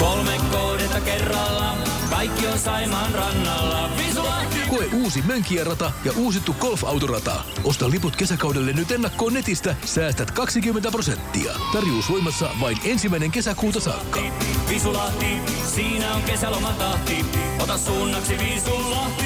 Speaker 7: Kolme kohdetta kerralla, kaikki on Saimaan rannalla. Visulahti!
Speaker 6: Koe uusi Mönkijärata ja uusittu golfautorata. Osta liput kesäkaudelle nyt ennakkoon netistä. Säästät 20 prosenttia. Tarjous voimassa vain ensimmäinen kesäkuuta saakka.
Speaker 7: Visulahti, siinä on kesälomatahti. Ota suunnaksi Visulahti.